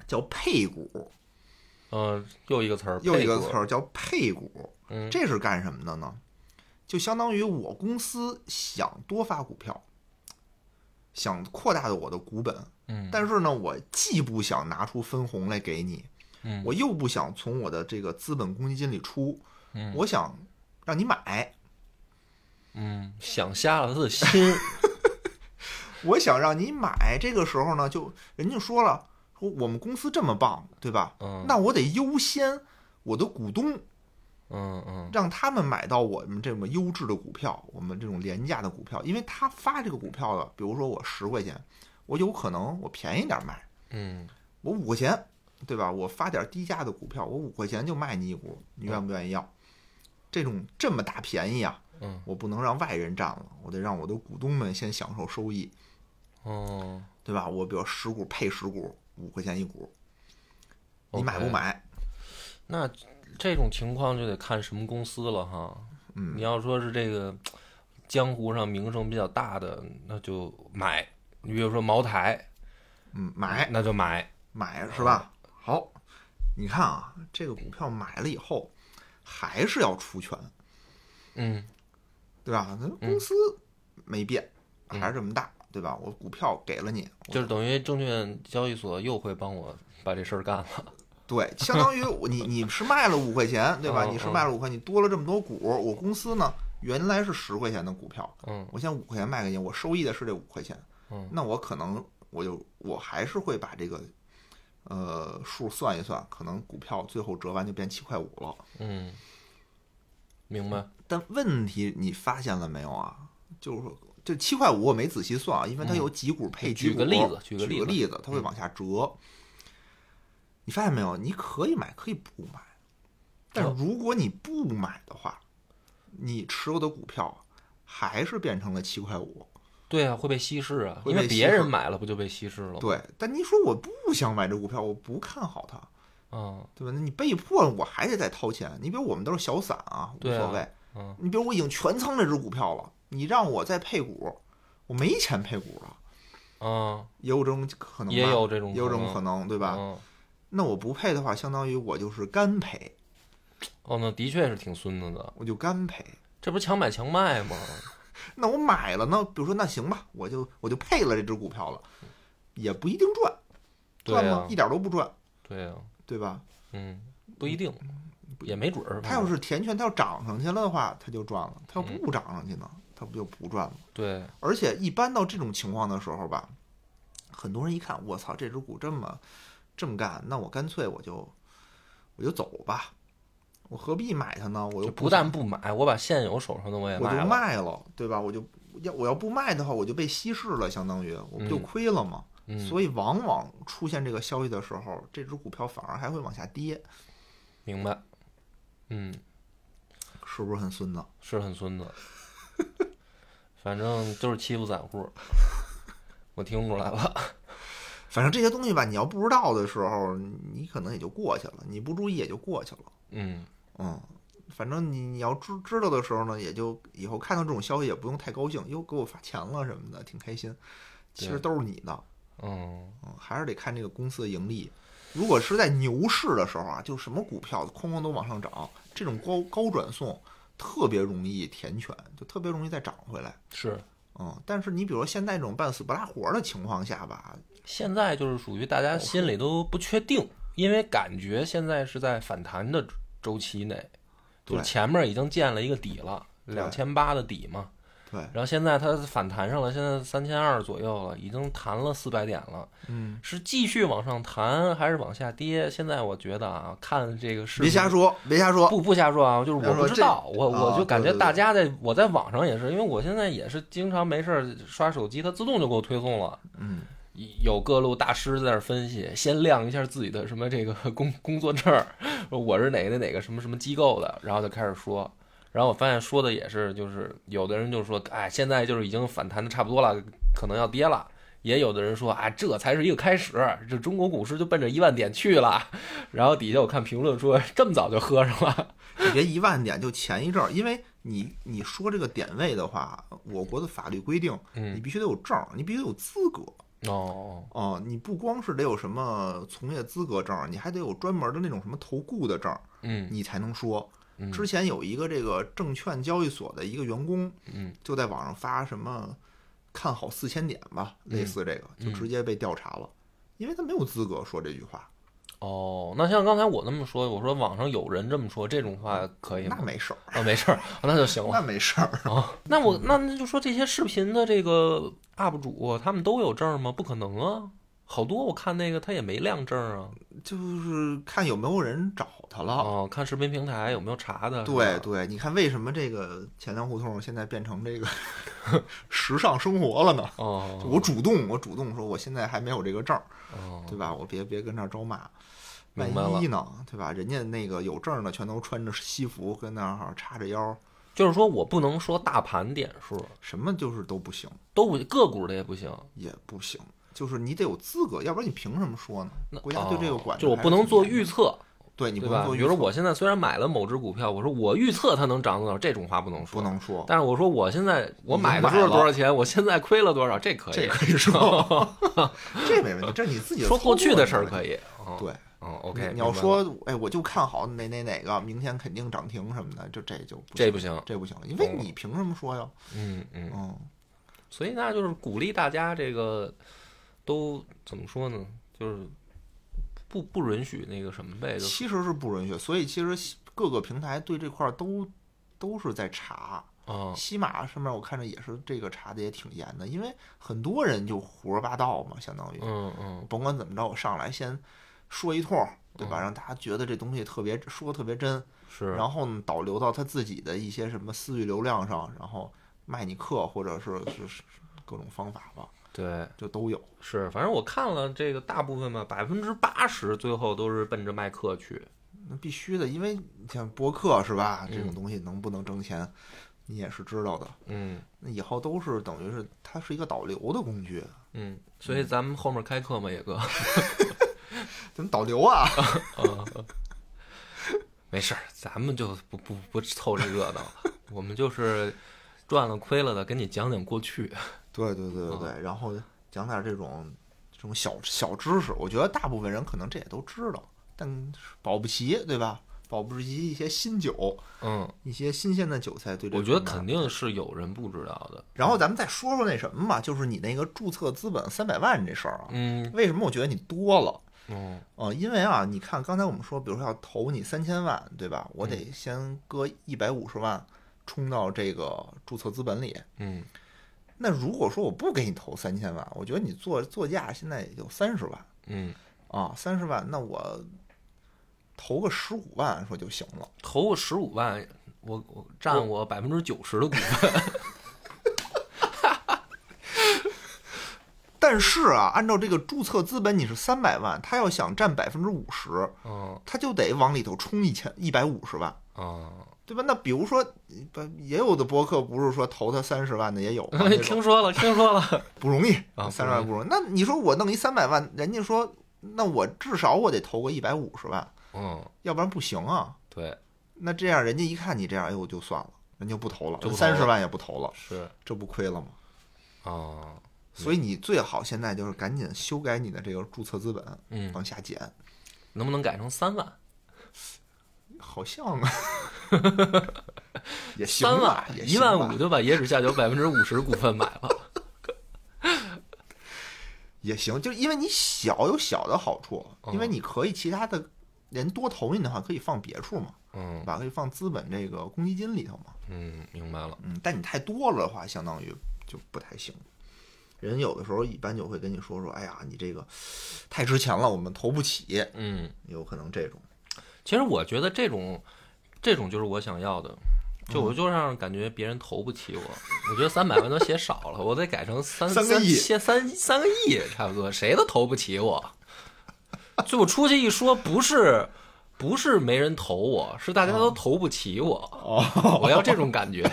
[SPEAKER 1] 叫配股，
[SPEAKER 2] 嗯，又一个词儿，
[SPEAKER 1] 又一个
[SPEAKER 2] 配股
[SPEAKER 1] 词，儿叫配股。
[SPEAKER 2] 嗯，
[SPEAKER 1] 这是干什么的呢？就相当于我公司想多发股票，想扩大我的股本，
[SPEAKER 2] 嗯，
[SPEAKER 1] 但是呢，我既不想拿出分红来给你，
[SPEAKER 2] 嗯
[SPEAKER 1] 我又不想从我的这个资本公积金里出，
[SPEAKER 2] 嗯
[SPEAKER 1] 我想让你买，
[SPEAKER 2] 嗯，想瞎了他的心，
[SPEAKER 1] 我想让你买。这个时候呢，就人家说了，说我们公司这么棒，对吧？
[SPEAKER 2] 嗯
[SPEAKER 1] 那我得优先我的股东，
[SPEAKER 2] 嗯嗯
[SPEAKER 1] 让他们买到我们这么优质的股票，我们这种廉价的股票，因为他发这个股票的，比如说我十块钱，我有可能我便宜点卖，
[SPEAKER 2] 嗯，
[SPEAKER 1] 我五块钱，对吧？我发点低价的股票，我五块钱就卖你一股，你愿不愿意要？这种这么大便宜啊，
[SPEAKER 2] 嗯，
[SPEAKER 1] 我不能让外人占了，我得让我的股东们先享受收益，
[SPEAKER 2] 哦，
[SPEAKER 1] 对吧？我比如十股配十股，五块钱一股，你
[SPEAKER 2] OK
[SPEAKER 1] 买不？买？
[SPEAKER 2] 那这种情况就得看什么公司了哈。
[SPEAKER 1] 嗯
[SPEAKER 2] 你要说是这个江湖上名声比较大的，那就买。你比如说茅台，
[SPEAKER 1] 嗯，买。
[SPEAKER 2] 那就买。
[SPEAKER 1] 买是吧？好，你看啊，这个股票买了以后，还是要出权，
[SPEAKER 2] 嗯
[SPEAKER 1] 对吧？咱公司没变，
[SPEAKER 2] 嗯
[SPEAKER 1] 还是这么大，对吧？我股票给了你，我
[SPEAKER 2] 就是等于证券交易所又会帮我把这事儿干了。
[SPEAKER 1] 对，相当于我你你是卖了五块钱，对吧？
[SPEAKER 2] 嗯
[SPEAKER 1] 你是
[SPEAKER 2] 嗯
[SPEAKER 1] 卖了五块，你多了这么多股，我公司呢原来是十块钱的股票，
[SPEAKER 2] 嗯
[SPEAKER 1] 我现在五块钱卖给你，我收益的是这五块钱，
[SPEAKER 2] 嗯
[SPEAKER 1] 那我可能我就我还是会把这个呃数算一算，可能股票最后折完就变七块五了。
[SPEAKER 2] 嗯，明白。
[SPEAKER 1] 但问题你发现了没有啊？就是说这七块五我没仔细算啊，因为它
[SPEAKER 2] 嗯
[SPEAKER 1] 有几股配几
[SPEAKER 2] 举
[SPEAKER 1] 股，
[SPEAKER 2] 个例子举
[SPEAKER 1] 举
[SPEAKER 2] 个例子嗯
[SPEAKER 1] 例子，它会往下折。你发现没有？你可以买，可以不买，但
[SPEAKER 2] 哦
[SPEAKER 1] 如果你不买的话，你持有的股票还是变成了七块五。
[SPEAKER 2] 对啊，会被稀释啊，
[SPEAKER 1] 会
[SPEAKER 2] 因为
[SPEAKER 1] 被稀
[SPEAKER 2] 别人
[SPEAKER 1] 释
[SPEAKER 2] 买了不就被稀释了吗？
[SPEAKER 1] 对，但你说我不想买这股票，我不看好它，
[SPEAKER 2] 嗯
[SPEAKER 1] 对吧？那你被迫我还得再掏钱。你比如我们都是小散啊，无
[SPEAKER 2] 对啊
[SPEAKER 1] 所谓。
[SPEAKER 2] 嗯，
[SPEAKER 1] 你比如我已经全仓这只股票了，你让我再配股，我没钱配股了，
[SPEAKER 2] 嗯，
[SPEAKER 1] 也有这种可能吧，
[SPEAKER 2] 也有这种
[SPEAKER 1] 也有这种可
[SPEAKER 2] 能，
[SPEAKER 1] 能，对
[SPEAKER 2] 对
[SPEAKER 1] 吧？
[SPEAKER 2] 嗯
[SPEAKER 1] 那我不配的话，相当于我就是干赔，
[SPEAKER 2] 哦，那的确是挺孙子的，
[SPEAKER 1] 我就干赔。
[SPEAKER 2] 这不是强买强卖吗？
[SPEAKER 1] 那我买了呢，比如说那行吧，我就我就配了这只股票了，也不一定赚，
[SPEAKER 2] 对啊
[SPEAKER 1] 赚吗？
[SPEAKER 2] 呀
[SPEAKER 1] 一，点都不赚，
[SPEAKER 2] 对呀，
[SPEAKER 1] 对吧？
[SPEAKER 2] 嗯，不一定，也没准儿。
[SPEAKER 1] 它嗯要是填权，它要涨上去了的话，它就赚了；它
[SPEAKER 2] 嗯
[SPEAKER 1] 要不涨上去呢，它不就不赚了？
[SPEAKER 2] 对，
[SPEAKER 1] 而且一般到这种情况的时候吧，很多人一看，我操，这只股这么这么干，那我干脆我就我就走吧，我何必买它呢？我又
[SPEAKER 2] 就不但不买，我把现有手上的我也
[SPEAKER 1] 我就
[SPEAKER 2] 卖了。
[SPEAKER 1] 卖了，对吧？我就要我要不卖的话，我就被稀释了，相当于我不就
[SPEAKER 2] 嗯
[SPEAKER 1] 亏了吗？
[SPEAKER 2] 嗯，
[SPEAKER 1] 所以往往出现这个消息的时候，这只股票反而还会往下跌，
[SPEAKER 2] 明白。嗯，
[SPEAKER 1] 是不是很孙子？
[SPEAKER 2] 是很孙子，反正就是欺负散户，我听出来了。
[SPEAKER 1] 反正这些东西吧，你要不知道的时候，你可能也就过去了，你不注意也就过去了。
[SPEAKER 2] 嗯，
[SPEAKER 1] 嗯，反正你你要知知道的时候呢，也就以后看到这种消息也不用太高兴，哟，给我发钱了什么的，挺开心。其实
[SPEAKER 2] 对
[SPEAKER 1] 都是你的，
[SPEAKER 2] 嗯，
[SPEAKER 1] 嗯，还是得看这个公司的盈利。如果是在牛市的时候啊，就什么股票哐哐都往上涨，这种高高转送特别容易填权，就特别容易再涨回来。
[SPEAKER 2] 是。
[SPEAKER 1] 嗯，但是你比如说现在这种半死不拉活的情况下吧，
[SPEAKER 2] 现在就是属于大家心里都不确定，因为感觉现在是在反弹的周期内，
[SPEAKER 1] 对
[SPEAKER 2] 就是前面已经见了一个底了，
[SPEAKER 1] 对
[SPEAKER 2] 两千八的底嘛，
[SPEAKER 1] 对，
[SPEAKER 2] 然后现在它反弹上了，现在三千二左右了，已经弹了四百点了，
[SPEAKER 1] 嗯，
[SPEAKER 2] 是继续往上弹还是往下跌？现在我觉得啊，看这个视频
[SPEAKER 1] 别瞎说，别瞎说，
[SPEAKER 2] 不不瞎说啊，就是我不知道，
[SPEAKER 1] 别
[SPEAKER 2] 我
[SPEAKER 1] 说这
[SPEAKER 2] 我
[SPEAKER 1] 啊
[SPEAKER 2] 就感觉
[SPEAKER 1] 对对对
[SPEAKER 2] 大家在我在网上也是，因为我现在也是经常没事儿刷手机，它自动就给我推送了。
[SPEAKER 1] 嗯，
[SPEAKER 2] 有各路大师在那儿分析，先亮一下自己的什么这个工工作证儿，我是哪个哪个什么什么机构的，然后就开始说。然后我发现说的也是，就是有的人就说，哎，现在就是已经反弹的差不多了，可能要跌了。也有的人说啊，这才是一个开始，这中国股市就奔着一万点去了。 *laughs* 然后底下我看评论说，这么早就喝上了，
[SPEAKER 1] 你别一万点就前一阵儿，因为你你说这个点位的话，我国的法律规定，
[SPEAKER 2] 嗯
[SPEAKER 1] 你必须得有证儿，你必须得有资格
[SPEAKER 2] 哦，
[SPEAKER 1] 哦、你不光是得有什么从业资格证儿，你还得有专门的那种什么投顾的证儿，
[SPEAKER 2] 嗯
[SPEAKER 1] 你才能说。
[SPEAKER 2] 嗯
[SPEAKER 1] 之前有一个这个证券交易所的一个员工，
[SPEAKER 2] 嗯，
[SPEAKER 1] 就在网上发什么看好四千点吧，
[SPEAKER 2] 嗯
[SPEAKER 1] 类似这个，就直接被调查了，因为他没有资格说这句话，
[SPEAKER 2] 哦，那像刚才我那么说，我说网上有人这么说，这种话可以吗
[SPEAKER 1] 嗯那？没事儿，
[SPEAKER 2] 啊、没事儿，那就行了。
[SPEAKER 1] 那没事儿。
[SPEAKER 2] 啊，那我那那就说这些视频的这个 UP 主，啊他们都有证儿吗？不可能啊，好多我看那个他也没亮证儿啊。
[SPEAKER 1] 就是看有没有人找他了。
[SPEAKER 2] 哦，看视频平台有没有查的？
[SPEAKER 1] 啊对
[SPEAKER 2] 是吧，
[SPEAKER 1] 对，你看为什么这个钱粮胡同现在变成这个 *laughs* 时尚生活了呢？就
[SPEAKER 2] 哦，
[SPEAKER 1] 我主动，我主动说我现在还没有这个证儿，
[SPEAKER 2] 哦，
[SPEAKER 1] 对吧？我别别跟这儿招骂，万
[SPEAKER 2] 明白了
[SPEAKER 1] 一呢，对吧？人家那个有证儿的全都穿着西服跟那儿叉着腰，
[SPEAKER 2] 就是说我不能说大盘点数，
[SPEAKER 1] 什么就是都不行，
[SPEAKER 2] 都不个股的也不行。
[SPEAKER 1] 也不行，就是你得有资格，要不然你凭什么说呢？
[SPEAKER 2] 那
[SPEAKER 1] 国家对这个
[SPEAKER 2] 哦
[SPEAKER 1] 管
[SPEAKER 2] 就
[SPEAKER 1] 得
[SPEAKER 2] 我
[SPEAKER 1] 还
[SPEAKER 2] 不
[SPEAKER 1] 是
[SPEAKER 2] 能
[SPEAKER 1] 挺
[SPEAKER 2] 做
[SPEAKER 1] 严的
[SPEAKER 2] 预测，
[SPEAKER 1] 对你
[SPEAKER 2] 对
[SPEAKER 1] 不能
[SPEAKER 2] 吧？
[SPEAKER 1] 做
[SPEAKER 2] 比
[SPEAKER 1] 预
[SPEAKER 2] 如说
[SPEAKER 1] 测，
[SPEAKER 2] 我现在虽然买了某只股票，我说我预测它能涨多少，这种话不能
[SPEAKER 1] 不
[SPEAKER 2] 说。
[SPEAKER 1] 能说，
[SPEAKER 2] 但是我说我现在我
[SPEAKER 1] 已经
[SPEAKER 2] 买的
[SPEAKER 1] 买
[SPEAKER 2] 时候
[SPEAKER 1] 了
[SPEAKER 2] 多少钱，我现在亏了多少，这可以。
[SPEAKER 1] 这可以说，
[SPEAKER 2] *laughs*
[SPEAKER 1] 这没问题，这是你自己的
[SPEAKER 2] 说
[SPEAKER 1] 操
[SPEAKER 2] 过去
[SPEAKER 1] 作
[SPEAKER 2] 的
[SPEAKER 1] 没
[SPEAKER 2] 事儿
[SPEAKER 1] 问题
[SPEAKER 2] 可以。哦
[SPEAKER 1] 对，
[SPEAKER 2] 哦
[SPEAKER 1] 你
[SPEAKER 2] ，OK，
[SPEAKER 1] 你要
[SPEAKER 2] 明白了
[SPEAKER 1] 说，哎，我就看好哪哪哪个，明天肯定涨停什么的，就这就不
[SPEAKER 2] 这
[SPEAKER 1] 行
[SPEAKER 2] 不行，
[SPEAKER 1] 这不行了，因为
[SPEAKER 2] 懂了
[SPEAKER 1] 你凭什么说呀？
[SPEAKER 2] 嗯嗯，
[SPEAKER 1] 嗯，
[SPEAKER 2] 所以那就是鼓励大家这个都怎么说呢？就是不不允许那个什么呗，就
[SPEAKER 1] 其实是不允许，所以其实各个平台对这块儿都都是在查。
[SPEAKER 2] 啊
[SPEAKER 1] 西马上面我看着也是这个查的也挺严的，因为很多人就胡说八道嘛，相当于
[SPEAKER 2] 嗯嗯
[SPEAKER 1] 甭管怎么着，我上来先说一通，对吧？
[SPEAKER 2] 嗯
[SPEAKER 1] 让大家觉得这东西特别说得特别真，
[SPEAKER 2] 是，
[SPEAKER 1] 然后呢导流到他自己的一些什么私域流量上，然后卖你课或者是是是各种方法吧，
[SPEAKER 2] 对
[SPEAKER 1] 就都有。
[SPEAKER 2] 是，反正我看了这个大部分嘛，百分之八十最后都是奔着卖课去，
[SPEAKER 1] 那必须的，因为你像播客是吧？这种
[SPEAKER 2] 嗯
[SPEAKER 1] 东西能不能挣钱，你也是知道的。
[SPEAKER 2] 嗯
[SPEAKER 1] 那以后都是等于是它是一个导流的工具，
[SPEAKER 2] 嗯，所以咱们后面开课嘛，野哥，
[SPEAKER 1] 怎么导流啊？ *laughs*
[SPEAKER 2] *laughs* 没事儿，咱们就不不不凑这热闹了，我们就是赚了亏了的，给你讲讲过去，
[SPEAKER 1] 对对对对
[SPEAKER 2] 嗯
[SPEAKER 1] 对，然后讲点这种这种小小知识，我觉得大部分人可能这也都知道，但是保不齐对吧？保不齐一些新酒，
[SPEAKER 2] 嗯，
[SPEAKER 1] 一些新鲜的韭菜对这
[SPEAKER 2] 我觉得
[SPEAKER 1] 种啊
[SPEAKER 2] 肯定是有人不知道的，
[SPEAKER 1] 然后咱们再说说那什么吧，就是你那个注册资本三百万这事儿啊，
[SPEAKER 2] 嗯
[SPEAKER 1] 为什么我觉得你多了？
[SPEAKER 2] 嗯
[SPEAKER 1] 呃，因为啊，你看刚才我们说，比如说要投你三千万，对吧？我
[SPEAKER 2] 嗯
[SPEAKER 1] 得先搁一百五十万充到这个注册资本里。
[SPEAKER 2] 嗯，
[SPEAKER 1] 那如果说我不给你投三千万，我觉得你作作价现在也就三十万
[SPEAKER 2] 嗯，
[SPEAKER 1] 啊，三十万，那我投个十五万说就行了。
[SPEAKER 2] 投个十五万，我我占我百分之九十的股
[SPEAKER 1] *laughs*
[SPEAKER 2] 份，
[SPEAKER 1] 但是啊，按照这个注册资本你是三百万，他要想占百分之五十，
[SPEAKER 2] 嗯
[SPEAKER 1] 他就得往里头充一千一百五十万，
[SPEAKER 2] 啊，
[SPEAKER 1] 对吧？那比如说，不也有的博客不是说投他三十万的也有吗？那种
[SPEAKER 2] *laughs* 听说了，
[SPEAKER 1] *laughs*
[SPEAKER 2] 听说了，
[SPEAKER 1] 不容易
[SPEAKER 2] 啊
[SPEAKER 1] 三十哎万不容易。那你说我弄一三百万，人家说那我至少我得投个一百五十万，
[SPEAKER 2] 嗯，
[SPEAKER 1] 要不然不行啊。
[SPEAKER 2] 对，
[SPEAKER 1] 那这样人家一看你这样，哎呦就算了，人就不投了
[SPEAKER 2] 就，不投了
[SPEAKER 1] 三十万也不投了，
[SPEAKER 2] 是
[SPEAKER 1] 这不亏了吗？
[SPEAKER 2] 啊，
[SPEAKER 1] 所以你最好现在就是赶紧修改你的这个注册资本，
[SPEAKER 2] 嗯，
[SPEAKER 1] 往下减，
[SPEAKER 2] 能不能改成三万？
[SPEAKER 1] 好像
[SPEAKER 2] *laughs*
[SPEAKER 1] 啊，也行
[SPEAKER 2] 三
[SPEAKER 1] 吧
[SPEAKER 2] 万，
[SPEAKER 1] 也
[SPEAKER 2] 一
[SPEAKER 1] 行
[SPEAKER 2] 万
[SPEAKER 1] 吧
[SPEAKER 2] 五就把野史下酒百分之五十股份买了。
[SPEAKER 1] 也行，就是因为你小有小的好处，
[SPEAKER 2] 哦
[SPEAKER 1] 因为你可以其他的人多投你的话，可以放别处嘛，对
[SPEAKER 2] 嗯
[SPEAKER 1] 吧？可以放资本这个公积金里头嘛，
[SPEAKER 2] 嗯，明白了。
[SPEAKER 1] 嗯，但你太多了的话，相当于就不太行。人有的时候一般就会跟你说说，哎呀，你这个太值钱了，我们投不起，
[SPEAKER 2] 嗯，
[SPEAKER 1] 有可能这种。
[SPEAKER 2] 其实我觉得这种这种就是我想要的，就我就让感觉别人投不起我。我觉得三百万都写少了，我得改成
[SPEAKER 1] 嗯
[SPEAKER 2] 三
[SPEAKER 1] 三个亿
[SPEAKER 2] 先三三个亿差不多，谁都投不起我。所以我出去一说，不是不是没人投我，是大家都投不起我。
[SPEAKER 1] 哦，
[SPEAKER 2] 我要这种感觉，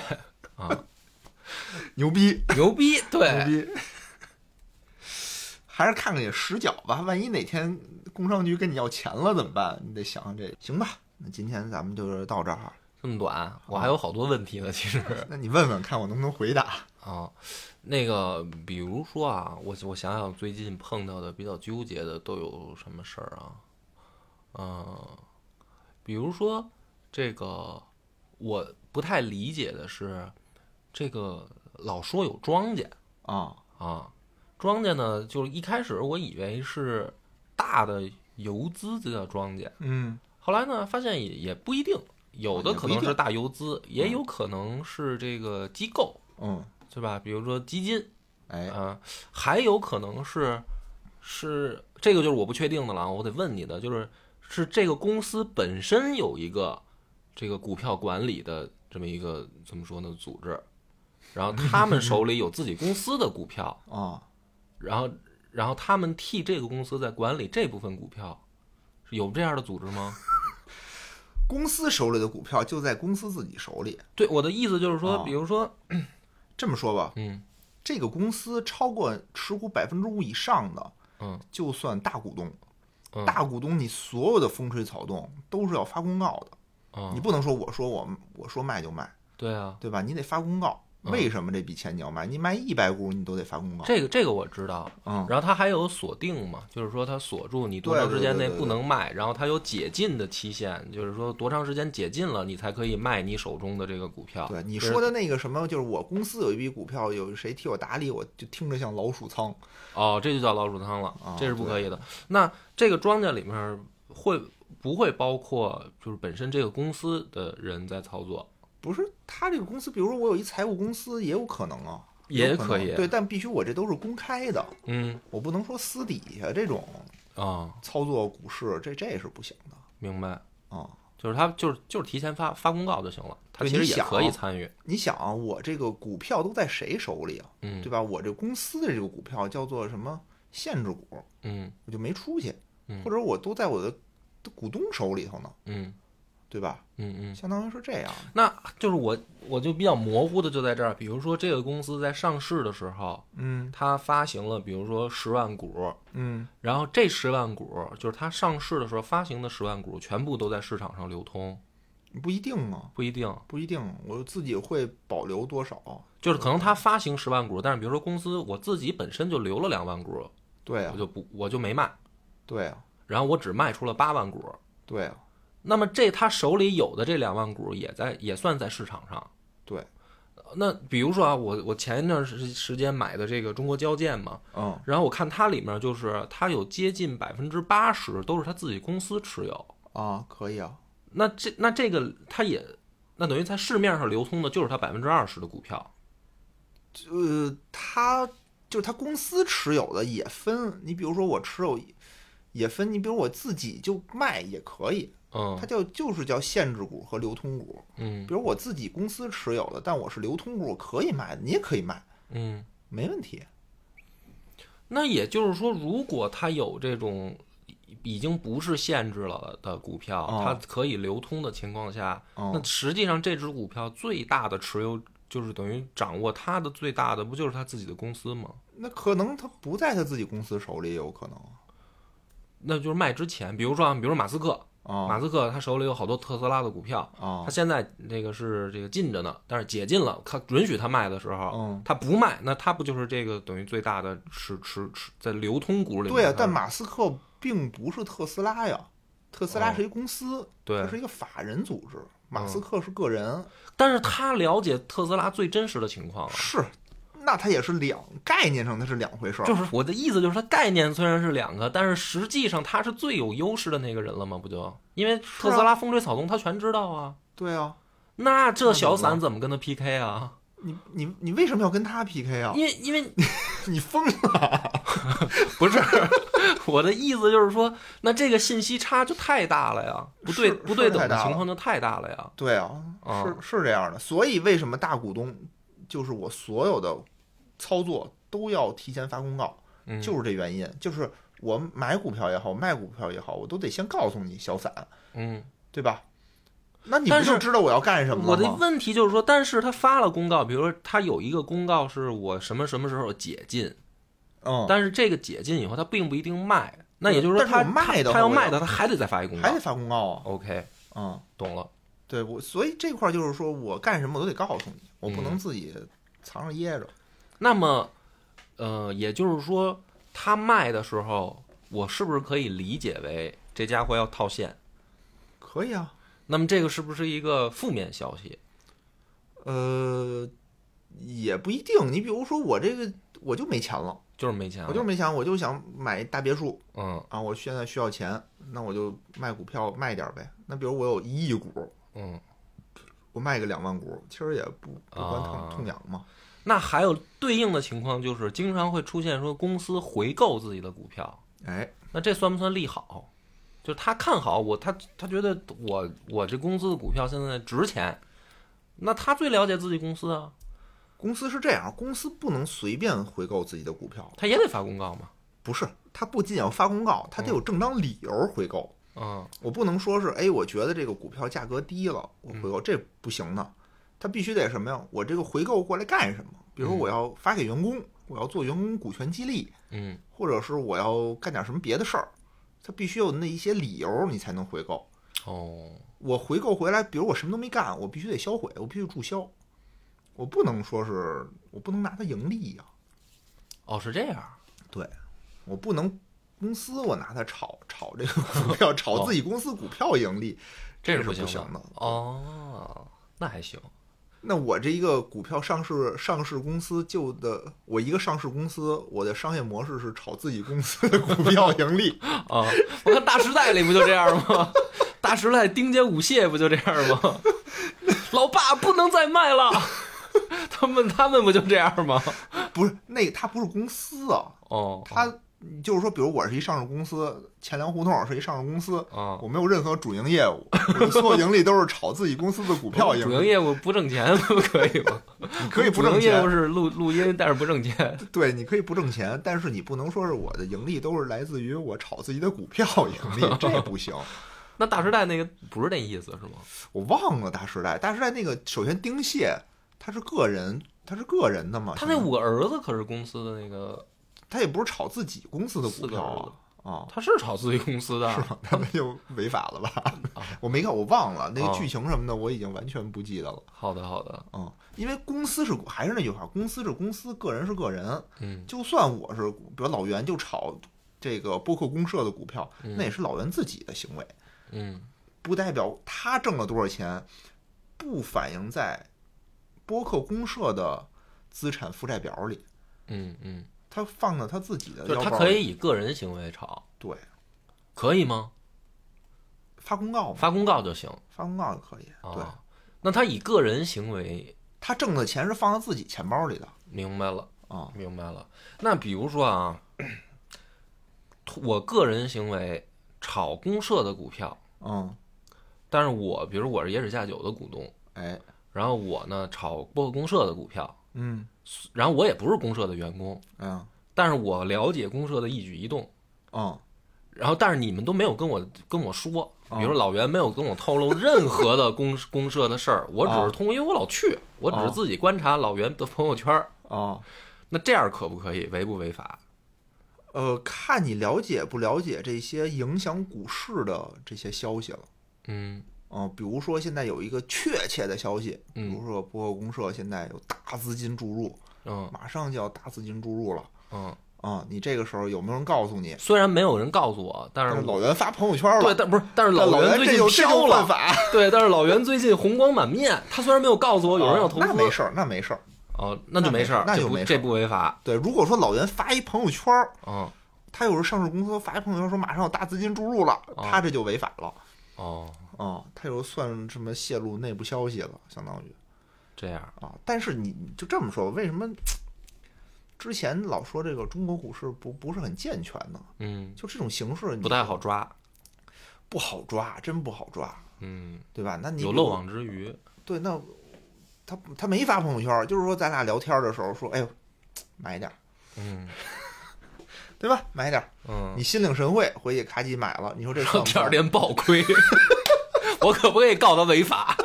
[SPEAKER 1] 牛逼，
[SPEAKER 2] 牛逼！
[SPEAKER 1] 牛
[SPEAKER 2] 对，
[SPEAKER 1] 逼！ *laughs* 还是看看你实角吧，万一哪天工商局跟你要钱了怎么办？你得想想这个。行吧，那今天咱们就是到这儿。
[SPEAKER 2] 这么短，我还有好多问题呢，其实。
[SPEAKER 1] 那你问问看我能不能回答。
[SPEAKER 2] 啊，那个，比如说啊，我我想想最近碰到的比较纠结的都有什么事儿啊？嗯，比如说这个，我不太理解的是，这个老说有庄稼
[SPEAKER 1] 啊
[SPEAKER 2] 啊，庄稼呢，就是一开始我以为是大的游资就叫庄稼，
[SPEAKER 1] 嗯，
[SPEAKER 2] 后来呢，发现也也不一定，有的
[SPEAKER 1] 也不
[SPEAKER 2] 可
[SPEAKER 1] 一
[SPEAKER 2] 能是
[SPEAKER 1] 定
[SPEAKER 2] 大游资，也
[SPEAKER 1] 嗯
[SPEAKER 2] 有可能是这个机构，
[SPEAKER 1] 嗯，
[SPEAKER 2] 对吧？比如说基金。
[SPEAKER 1] 哎，
[SPEAKER 2] 啊，还有可能是是这个就是我不确定的了啊，我得问你的，就是是这个公司本身有一个这个股票管理的这么一个怎么说呢组织，然后他们手里有自己公司的股票，
[SPEAKER 1] 啊，
[SPEAKER 2] 然后然后他们替这个公司在管理这部分股票，是有这样的组织吗？
[SPEAKER 1] 公司手里的股票就在公司自己手里。
[SPEAKER 2] 对，我的意思就是说，
[SPEAKER 1] 哦
[SPEAKER 2] 比如说，
[SPEAKER 1] 这么说吧，
[SPEAKER 2] 嗯
[SPEAKER 1] 这个公司超过持股百分之五以上的，
[SPEAKER 2] 嗯
[SPEAKER 1] 就算大股东。
[SPEAKER 2] 嗯
[SPEAKER 1] 大股东，你所有的风吹草动都是要发公告的，你
[SPEAKER 2] 嗯，
[SPEAKER 1] 不能说我说我我说卖就卖，
[SPEAKER 2] 对啊，
[SPEAKER 1] 对吧？你得发公告，
[SPEAKER 2] 嗯
[SPEAKER 1] 为什么这笔钱你要卖？你卖一百股你都得发公告。
[SPEAKER 2] 这个这个我知道。
[SPEAKER 1] 嗯，
[SPEAKER 2] 然后它还有锁定嘛，就是说它锁住你多长时间内不能卖，然后它有解禁的期限，就是说多长时间解禁了，你才可以卖你手中的这个股票。
[SPEAKER 1] 对你
[SPEAKER 2] 就是
[SPEAKER 1] 说的那个什么，就是我公司有一笔股票，有谁替我打理，我就听着像老鼠仓。
[SPEAKER 2] 哦，这就叫老鼠仓了
[SPEAKER 1] 啊，
[SPEAKER 2] 这是不可以的。那这个庄家里面会不会包括就是本身这个公司的人在操作？
[SPEAKER 1] 不是他这个公司，比如说我有一财务公司，也有可能啊，
[SPEAKER 2] 也
[SPEAKER 1] 有可
[SPEAKER 2] 可
[SPEAKER 1] 能
[SPEAKER 2] 以
[SPEAKER 1] 对，但必须我这都是公开的，
[SPEAKER 2] 嗯
[SPEAKER 1] 我不能说私底下这种
[SPEAKER 2] 啊、哦，
[SPEAKER 1] 操作股市，这这是不行的
[SPEAKER 2] 明白，
[SPEAKER 1] 啊、
[SPEAKER 2] 就是他就是就是提前发发公告就行了，他
[SPEAKER 1] 对
[SPEAKER 2] 其实
[SPEAKER 1] 你
[SPEAKER 2] 也
[SPEAKER 1] 想
[SPEAKER 2] 可以参与。
[SPEAKER 1] 你想啊，我这个股票都在谁手里啊？
[SPEAKER 2] 嗯
[SPEAKER 1] 对吧？我这公司的这个股票叫做什么限制股，
[SPEAKER 2] 嗯
[SPEAKER 1] 我就没出去
[SPEAKER 2] 嗯，
[SPEAKER 1] 或者我都在我的股东手里头呢，
[SPEAKER 2] 嗯
[SPEAKER 1] 对吧？
[SPEAKER 2] 嗯嗯，
[SPEAKER 1] 相当于是这样。
[SPEAKER 2] 那就是我我就比较模糊的就在这儿，比如说这个公司在上市的时候，
[SPEAKER 1] 嗯
[SPEAKER 2] 它发行了比如说十万股，
[SPEAKER 1] 嗯
[SPEAKER 2] 然后这十万股就是它上市的时候发行的十万股全部都在市场上流通，
[SPEAKER 1] 不一定啊，
[SPEAKER 2] 不一定。
[SPEAKER 1] 不一定，我自己会保留多少？
[SPEAKER 2] 就是可能它发行十万股，但是比如说公司我自己本身就留了两万股，
[SPEAKER 1] 对
[SPEAKER 2] 我
[SPEAKER 1] 啊，
[SPEAKER 2] 就不我就没卖，
[SPEAKER 1] 对啊，
[SPEAKER 2] 然后我只卖出了八万股。
[SPEAKER 1] 对啊，
[SPEAKER 2] 那么这他手里有的这两万股也在也算在市场上。呃
[SPEAKER 1] 对，
[SPEAKER 2] 那比如说啊，我我前一段时时间买的这个中国交建嘛，
[SPEAKER 1] 嗯
[SPEAKER 2] 然后我看它里面就是它有接近百分之八十都是他自己公司持有，
[SPEAKER 1] 啊，可以啊，
[SPEAKER 2] 那这那这个它也那等于在市面上流通的就是它百分之二十的股票。
[SPEAKER 1] 呃，他就是他公司持有的也分，你比如说我持有也分，你比如我自己就卖也可以，
[SPEAKER 2] 嗯
[SPEAKER 1] 它叫就是叫限制股和流通股。
[SPEAKER 2] 嗯
[SPEAKER 1] 比如我自己公司持有的，但我是流通股，我可以卖的，你也可以卖，
[SPEAKER 2] 嗯。
[SPEAKER 1] 没问题。
[SPEAKER 2] 那也就是说，如果它有这种已经不是限制了的股票，
[SPEAKER 1] 哦
[SPEAKER 2] 它可以流通的情况下，那
[SPEAKER 1] 嗯，
[SPEAKER 2] 实际上这只股票最大的持有就是等于掌握它的最大的，不就是它自己的公司吗？
[SPEAKER 1] 那可能他不在他自己公司手里也有可能
[SPEAKER 2] 那就是卖之前，比如说啊，比如说马斯克，
[SPEAKER 1] 啊
[SPEAKER 2] 马斯克他手里有好多特斯拉的股票，
[SPEAKER 1] 啊
[SPEAKER 2] 他，现在这个是这个禁着呢，但是解禁了，他允许他卖的时候，
[SPEAKER 1] 嗯，
[SPEAKER 2] 他不卖，那他不就是这个等于最大的持持持在流通股里面？
[SPEAKER 1] 对啊，
[SPEAKER 2] 它
[SPEAKER 1] 但马斯克并不是特斯拉呀，特斯拉是一公司，
[SPEAKER 2] 哦对嗯
[SPEAKER 1] 它是一个法人组织，马斯克是个人，
[SPEAKER 2] 但是他了解特斯拉最真实的情况啊，
[SPEAKER 1] 是，那他也是两概念上它是两回事儿
[SPEAKER 2] 就。是我的意思就是，他概念虽然是两个，但是实际上他是最有优势的那个人了吗？不就因为特
[SPEAKER 1] 啊
[SPEAKER 2] 斯拉风吹草动他全知道啊，
[SPEAKER 1] 对啊，
[SPEAKER 2] 那这小散怎么跟他 PK 啊？
[SPEAKER 1] 你你你为什么要跟他 PK 啊？
[SPEAKER 2] 因为因为
[SPEAKER 1] 你疯了！
[SPEAKER 2] *laughs* 不是我的意思就是说，那这个信息差就太大了呀，不对
[SPEAKER 1] 是
[SPEAKER 2] 不对等
[SPEAKER 1] 是太大
[SPEAKER 2] 的
[SPEAKER 1] 了
[SPEAKER 2] 情况就太大了呀。
[SPEAKER 1] 对啊，
[SPEAKER 2] 啊
[SPEAKER 1] 是是这样的。所以为什么大股东就是我所有的操作都要提前发公告，
[SPEAKER 2] 嗯，
[SPEAKER 1] 就是这原因。就是我买股票也好，卖股票也好，我都得先告诉你小散，
[SPEAKER 2] 嗯，
[SPEAKER 1] 对吧？那你
[SPEAKER 2] 但
[SPEAKER 1] 不
[SPEAKER 2] 是
[SPEAKER 1] 就知道我要干什么
[SPEAKER 2] 我
[SPEAKER 1] 了
[SPEAKER 2] 的
[SPEAKER 1] 吗？
[SPEAKER 2] 问题就是说，但是他发了公告，比如说他有一个公告是我什么什么时候解禁，
[SPEAKER 1] 嗯，
[SPEAKER 2] 但是这个解禁以后，他并不一定卖。那也就是说
[SPEAKER 1] 但是
[SPEAKER 2] 他，
[SPEAKER 1] 我卖的
[SPEAKER 2] 他要
[SPEAKER 1] 话我
[SPEAKER 2] 卖
[SPEAKER 1] 要
[SPEAKER 2] 的，他还得再发一公
[SPEAKER 1] 还
[SPEAKER 2] 告
[SPEAKER 1] 得。发公告啊。
[SPEAKER 2] OK，
[SPEAKER 1] 嗯，
[SPEAKER 2] 懂了。
[SPEAKER 1] 对我，所以这块儿就是说我干什么我都得告诉你，我不
[SPEAKER 2] 嗯
[SPEAKER 1] 能自己藏着掖着。
[SPEAKER 2] 那么，呃，也就是说，他卖的时候，我是不是可以理解为这家伙要套现？
[SPEAKER 1] 可以啊，
[SPEAKER 2] 那么这个是不是一个负面消息？
[SPEAKER 1] 呃，也不一定。你比如说我这个我就没钱了。
[SPEAKER 2] 就是没钱了，
[SPEAKER 1] 我就是没钱，我就想买一大别墅
[SPEAKER 2] 嗯
[SPEAKER 1] 啊！我现在需要钱，那我就卖股票卖点儿呗。那比如我有一亿股，
[SPEAKER 2] 嗯。
[SPEAKER 1] 我卖个两万股，其实也不不管痛、
[SPEAKER 2] 啊
[SPEAKER 1] 痛痒嘛。
[SPEAKER 2] 那还有对应的情况就是，经常会出现说公司回购自己的股票，
[SPEAKER 1] 哎，
[SPEAKER 2] 那这算不算利好？就是他看好我，他他觉得我我这公司的股票现在值钱，那他最了解自己公司啊，
[SPEAKER 1] 公司是这样，公司不能随便回购自己的股票，
[SPEAKER 2] 他也得发公告嘛。
[SPEAKER 1] 不是，它不仅要发公告，它得有正当理由回购。
[SPEAKER 2] 嗯
[SPEAKER 1] 我不能说是，哎，我觉得这个股票价格低了，我
[SPEAKER 2] 嗯
[SPEAKER 1] 回购，这不行的。它必须得什么呀？我这个回购过来干什么？比如说
[SPEAKER 2] 嗯
[SPEAKER 1] 我要发给员工，我要做员工股权激励，
[SPEAKER 2] 嗯
[SPEAKER 1] 或者是我要干点什么别的事儿，它必须有那一些理由，你才能回购。
[SPEAKER 2] 哦，
[SPEAKER 1] 我回购回来，比如我什么都没干，我必须得销毁，我必须注销，我不能说是我不能拿它盈利呀、
[SPEAKER 2] 哦，是这样。
[SPEAKER 1] 我不能公司我拿它炒炒这个股票，炒自己公司股票盈利，
[SPEAKER 2] 哦这
[SPEAKER 1] 是
[SPEAKER 2] 不
[SPEAKER 1] 不
[SPEAKER 2] 行
[SPEAKER 1] 的。
[SPEAKER 2] 哦，那还行。
[SPEAKER 1] 那我这一个股票上市上市公司就的，我一个上市公司，我的商业模式是炒自己公司的股票盈利，
[SPEAKER 2] 啊，我看《大时代》里不就这样吗？《大时代》丁街舞蟹不就这样吗？老爸不能再卖了，他们他们不就这样吗？
[SPEAKER 1] 不是那它不是公司啊，
[SPEAKER 2] 哦，
[SPEAKER 1] 它就是说，比如我是一上市公司，钱粮胡同是一上市公司，
[SPEAKER 2] 啊，
[SPEAKER 1] 我没有任何主营业务，我的所有盈利都是炒自己公司的股票盈
[SPEAKER 2] *laughs* 主
[SPEAKER 1] 利
[SPEAKER 2] 营，业务不挣钱不可以吗？
[SPEAKER 1] 你可以不
[SPEAKER 2] 主
[SPEAKER 1] 挣
[SPEAKER 2] 营业务
[SPEAKER 1] 钱，
[SPEAKER 2] 是录录音，但是不挣钱。
[SPEAKER 1] 对，你可以不挣钱，但是你不能说是我的盈利都是来自于我炒自己的股票盈利，这不行。
[SPEAKER 2] 那《大时代》那个不是那意思是吗？
[SPEAKER 1] 我忘了大时代，大时代那个首先丁蟹他是个人，他是个人的嘛，
[SPEAKER 2] 他那五个儿子可是公司的那个，
[SPEAKER 1] 他也不是炒自己公司的股票
[SPEAKER 2] 四个儿
[SPEAKER 1] 啊。啊，
[SPEAKER 2] 他是炒自己公司的，
[SPEAKER 1] *laughs* 他们就违法了吧
[SPEAKER 2] 啊？
[SPEAKER 1] *laughs* 我没看，我忘了那
[SPEAKER 2] 啊
[SPEAKER 1] 个剧情什么的，我已经完全不记得了。
[SPEAKER 2] 好的好的，
[SPEAKER 1] 嗯，因为公司是还是那句话，公司是公司，个人是个人。
[SPEAKER 2] 嗯，
[SPEAKER 1] 就算我是，比如老袁就炒这个播客公社的股票，
[SPEAKER 2] 嗯
[SPEAKER 1] 那也是老袁自己的行为，
[SPEAKER 2] 嗯
[SPEAKER 1] 不代表他挣了多少钱，不反映在播客公社的资产负债表里，
[SPEAKER 2] 嗯嗯，
[SPEAKER 1] 他放到他自己的
[SPEAKER 2] 就是
[SPEAKER 1] 腰
[SPEAKER 2] 他
[SPEAKER 1] 包
[SPEAKER 2] 可
[SPEAKER 1] 里。
[SPEAKER 2] 以以个人行为炒，
[SPEAKER 1] 对
[SPEAKER 2] 可以吗？
[SPEAKER 1] 发公告嘛，
[SPEAKER 2] 发公告就行。
[SPEAKER 1] 发公告也可以。对
[SPEAKER 2] 啊，那他以个人行为，
[SPEAKER 1] 他挣的钱是放到自己钱包里的
[SPEAKER 2] 明白了，
[SPEAKER 1] 啊、
[SPEAKER 2] 明白了。那比如说啊， *clears throat* 我个人行为炒公社的股票，
[SPEAKER 1] 嗯，
[SPEAKER 2] 但是我比如我是野史下酒的股东，
[SPEAKER 1] 哎，
[SPEAKER 2] 然后我呢炒播客公社的股票，
[SPEAKER 1] 嗯
[SPEAKER 2] 然后我也不是公社的员工，
[SPEAKER 1] 嗯
[SPEAKER 2] 但是我了解公社的一举一动。
[SPEAKER 1] 嗯，
[SPEAKER 2] 然后，但是你们都没有跟我跟我说，比
[SPEAKER 1] 哦
[SPEAKER 2] 如说老袁没有跟我透露任何的公公社的事儿，我只是
[SPEAKER 1] 哦
[SPEAKER 2] 通，因为我老去，我只是
[SPEAKER 1] 哦
[SPEAKER 2] 自己观察老袁的朋友圈儿，
[SPEAKER 1] 哦，
[SPEAKER 2] 那这样可不可以？违不违法？
[SPEAKER 1] 呃，看你了解不了解这些影响股市的这些消息了。
[SPEAKER 2] 嗯
[SPEAKER 1] 嗯、比如说现在有一个确切的消息，比
[SPEAKER 2] 嗯
[SPEAKER 1] 如说博客公社现在有大资金注入，
[SPEAKER 2] 嗯
[SPEAKER 1] 马上就要大资金注入了
[SPEAKER 2] 嗯，
[SPEAKER 1] 啊、你这个时候有没有人告诉你？
[SPEAKER 2] 虽然没有人告诉我，但
[SPEAKER 1] 但
[SPEAKER 2] 是
[SPEAKER 1] 是
[SPEAKER 2] 我
[SPEAKER 1] 老袁发朋友圈
[SPEAKER 2] 对，
[SPEAKER 1] 了，
[SPEAKER 2] 但不是，但是
[SPEAKER 1] 但
[SPEAKER 2] 老
[SPEAKER 1] 老
[SPEAKER 2] 袁
[SPEAKER 1] 袁这
[SPEAKER 2] 最近
[SPEAKER 1] 就这
[SPEAKER 2] 飘
[SPEAKER 1] 就犯
[SPEAKER 2] 了，
[SPEAKER 1] 法，
[SPEAKER 2] 对，但是老袁最近红光满面，他虽然没有告诉我有人要投资，
[SPEAKER 1] 哦啊那没事儿，那没事儿。
[SPEAKER 2] 哦，那就没事儿，
[SPEAKER 1] 那
[SPEAKER 2] 这
[SPEAKER 1] 就
[SPEAKER 2] 不
[SPEAKER 1] 没事儿
[SPEAKER 2] 这不违法，
[SPEAKER 1] 对，如果说老袁发一朋友圈儿，
[SPEAKER 2] 嗯
[SPEAKER 1] 他有时候上市公司发一朋友圈说马上有大资金注入了，
[SPEAKER 2] 哦
[SPEAKER 1] 他这就违法了。
[SPEAKER 2] 哦，
[SPEAKER 1] 啊、他有算什么泄露内部消息了，相当于
[SPEAKER 2] 这样，
[SPEAKER 1] 啊。但是你你就这么说，为什么之前老说这个中国股市不不是很健全呢？
[SPEAKER 2] 嗯，
[SPEAKER 1] 就这种形式你
[SPEAKER 2] 不太好抓，
[SPEAKER 1] 不好抓，真不好抓，
[SPEAKER 2] 嗯，
[SPEAKER 1] 对吧？那你
[SPEAKER 2] 有
[SPEAKER 1] 比
[SPEAKER 2] 漏
[SPEAKER 1] 如
[SPEAKER 2] 网之鱼，
[SPEAKER 1] 对，那他他没发朋友圈，就是说咱俩聊天的时候说，哎呦，买一点儿，
[SPEAKER 2] 嗯
[SPEAKER 1] 对吧？买一点儿，
[SPEAKER 2] 嗯，
[SPEAKER 1] 你心领神会，回去咔叽买了，你说这算不
[SPEAKER 2] 第二
[SPEAKER 1] 算
[SPEAKER 2] 天爆
[SPEAKER 1] *laughs*
[SPEAKER 2] 亏，我可不可以告他违法？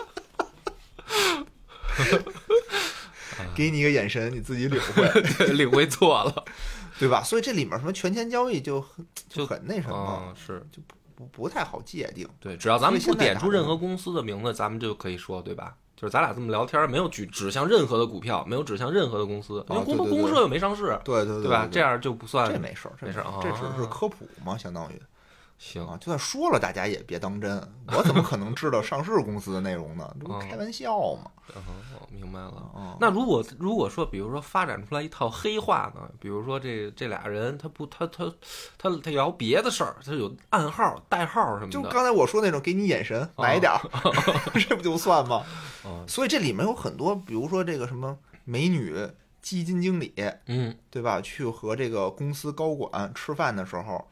[SPEAKER 1] 给你一个眼神，你自己领
[SPEAKER 2] *laughs*
[SPEAKER 1] 会，
[SPEAKER 2] 领会错了，
[SPEAKER 1] 对吧？所以这里面什么权钱交易就很
[SPEAKER 2] 就
[SPEAKER 1] 很那什么，
[SPEAKER 2] 嗯，是
[SPEAKER 1] 不不太好界定。
[SPEAKER 2] 对，只要咱们
[SPEAKER 1] 所
[SPEAKER 2] 不
[SPEAKER 1] 以现在
[SPEAKER 2] 点出
[SPEAKER 1] 打的
[SPEAKER 2] 任何公司的名字，咱们就可以说，对吧？就是咱俩这么聊天，没有举指向任何的股票，没有指向任何的公司，因为
[SPEAKER 1] 啊对
[SPEAKER 2] 公
[SPEAKER 1] 对对
[SPEAKER 2] 公社又没上市，
[SPEAKER 1] 对对
[SPEAKER 2] 对吧？这
[SPEAKER 1] 样
[SPEAKER 2] 样就不算
[SPEAKER 1] 这没事儿，这
[SPEAKER 2] 没事儿
[SPEAKER 1] 儿这只是
[SPEAKER 2] 啊嗯
[SPEAKER 1] 科普嘛，相当于
[SPEAKER 2] 行
[SPEAKER 1] 啊，就算说了，大家也别当真。我怎么可能知道上市公司的内容呢？这不
[SPEAKER 2] 嗯
[SPEAKER 1] 开玩笑嘛。
[SPEAKER 2] 哦，明白了。
[SPEAKER 1] 啊，
[SPEAKER 2] 那如果如果说，比如说发展出来一套黑话呢？比如说这这俩人他不他他他他聊别的事儿，他有暗号、代号什
[SPEAKER 1] 就
[SPEAKER 2] 么的。
[SPEAKER 1] 刚才我说那种，给你眼
[SPEAKER 2] 啊
[SPEAKER 1] 神，买一
[SPEAKER 2] *laughs*
[SPEAKER 1] 点儿，这不就算吗？
[SPEAKER 2] 哦
[SPEAKER 1] 所以这里面有很多，比如说这个什么美女基金经理，
[SPEAKER 2] 嗯，
[SPEAKER 1] 对吧？去和这个公司高管吃饭的时候，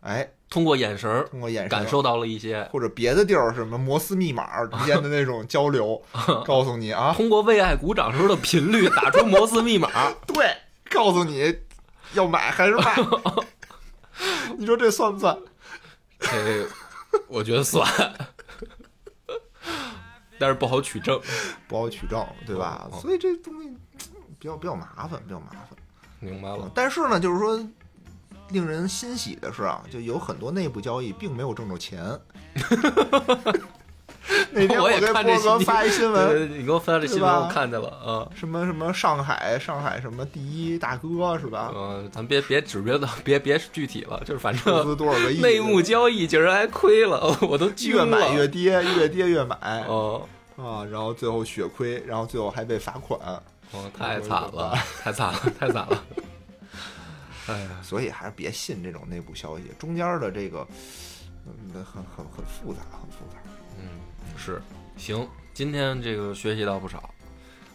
[SPEAKER 1] 哎，
[SPEAKER 2] 通过眼神儿
[SPEAKER 1] 通过眼神
[SPEAKER 2] 感受到了一些，
[SPEAKER 1] 或者别的地儿什么摩斯密
[SPEAKER 2] *laughs*
[SPEAKER 1] 码之间的那种交流，告诉你啊，
[SPEAKER 2] 通过为爱鼓掌时候的频率打出摩斯密码。
[SPEAKER 1] 对，告诉你要买还是卖，
[SPEAKER 2] *laughs*
[SPEAKER 1] 你说这算不算？
[SPEAKER 2] 这我觉得算，但是不好取证，
[SPEAKER 1] 不好取证，对吧
[SPEAKER 2] 哦？哦
[SPEAKER 1] 所以这东西比较比较麻烦，比较麻烦。
[SPEAKER 2] 明白了。
[SPEAKER 1] 嗯但是呢，就是说，令人欣喜的是啊，就有很多内部交易并没有挣着钱。 *laughs* 那天
[SPEAKER 2] 我也
[SPEAKER 1] 给
[SPEAKER 2] 看这
[SPEAKER 1] 波哥
[SPEAKER 2] 新
[SPEAKER 1] 发一新闻，
[SPEAKER 2] 对对对你给我发这新
[SPEAKER 1] 对
[SPEAKER 2] 闻，
[SPEAKER 1] 吧
[SPEAKER 2] 我看见了啊。
[SPEAKER 1] 什么什么上海上海什么第一大哥是吧？
[SPEAKER 2] 嗯，咱别别指别的，别别具体了，就是反
[SPEAKER 1] 投
[SPEAKER 2] 正
[SPEAKER 1] 资多少个亿？
[SPEAKER 2] *laughs* 内幕交易竟然还亏了，我都惊
[SPEAKER 1] 越
[SPEAKER 2] 了。
[SPEAKER 1] 买越跌，越跌越买
[SPEAKER 2] 哦
[SPEAKER 1] 啊，然后最后血亏，然后最后还被罚款，
[SPEAKER 2] 哦，太惨了，太惨了，太惨了。哎呀，
[SPEAKER 1] 所以还是别信这种内部消息，中间的这个嗯很很很复杂，很复杂。
[SPEAKER 2] 嗯，是，行，今天这个学习到不少。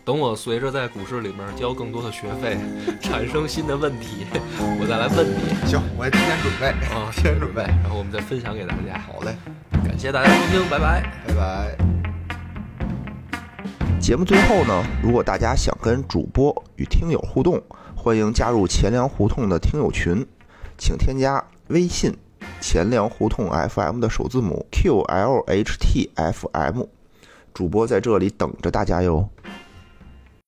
[SPEAKER 2] 等我随着在股市里面交更多的学费，产生新的问题，我再来问你
[SPEAKER 1] 行，我也提前准备，
[SPEAKER 2] 啊，
[SPEAKER 1] 提前准备。
[SPEAKER 2] 然后我们再分享给大家。
[SPEAKER 1] 好嘞，
[SPEAKER 2] 感谢大家收听，拜拜。
[SPEAKER 1] 拜拜。节目最后呢，如果大家想跟主播与听友互动，欢迎加入钱粮胡同的听友群，请添加微信“钱粮胡同 FM” 的首字母 “QLHTFM”，主播在这里等着大家哟。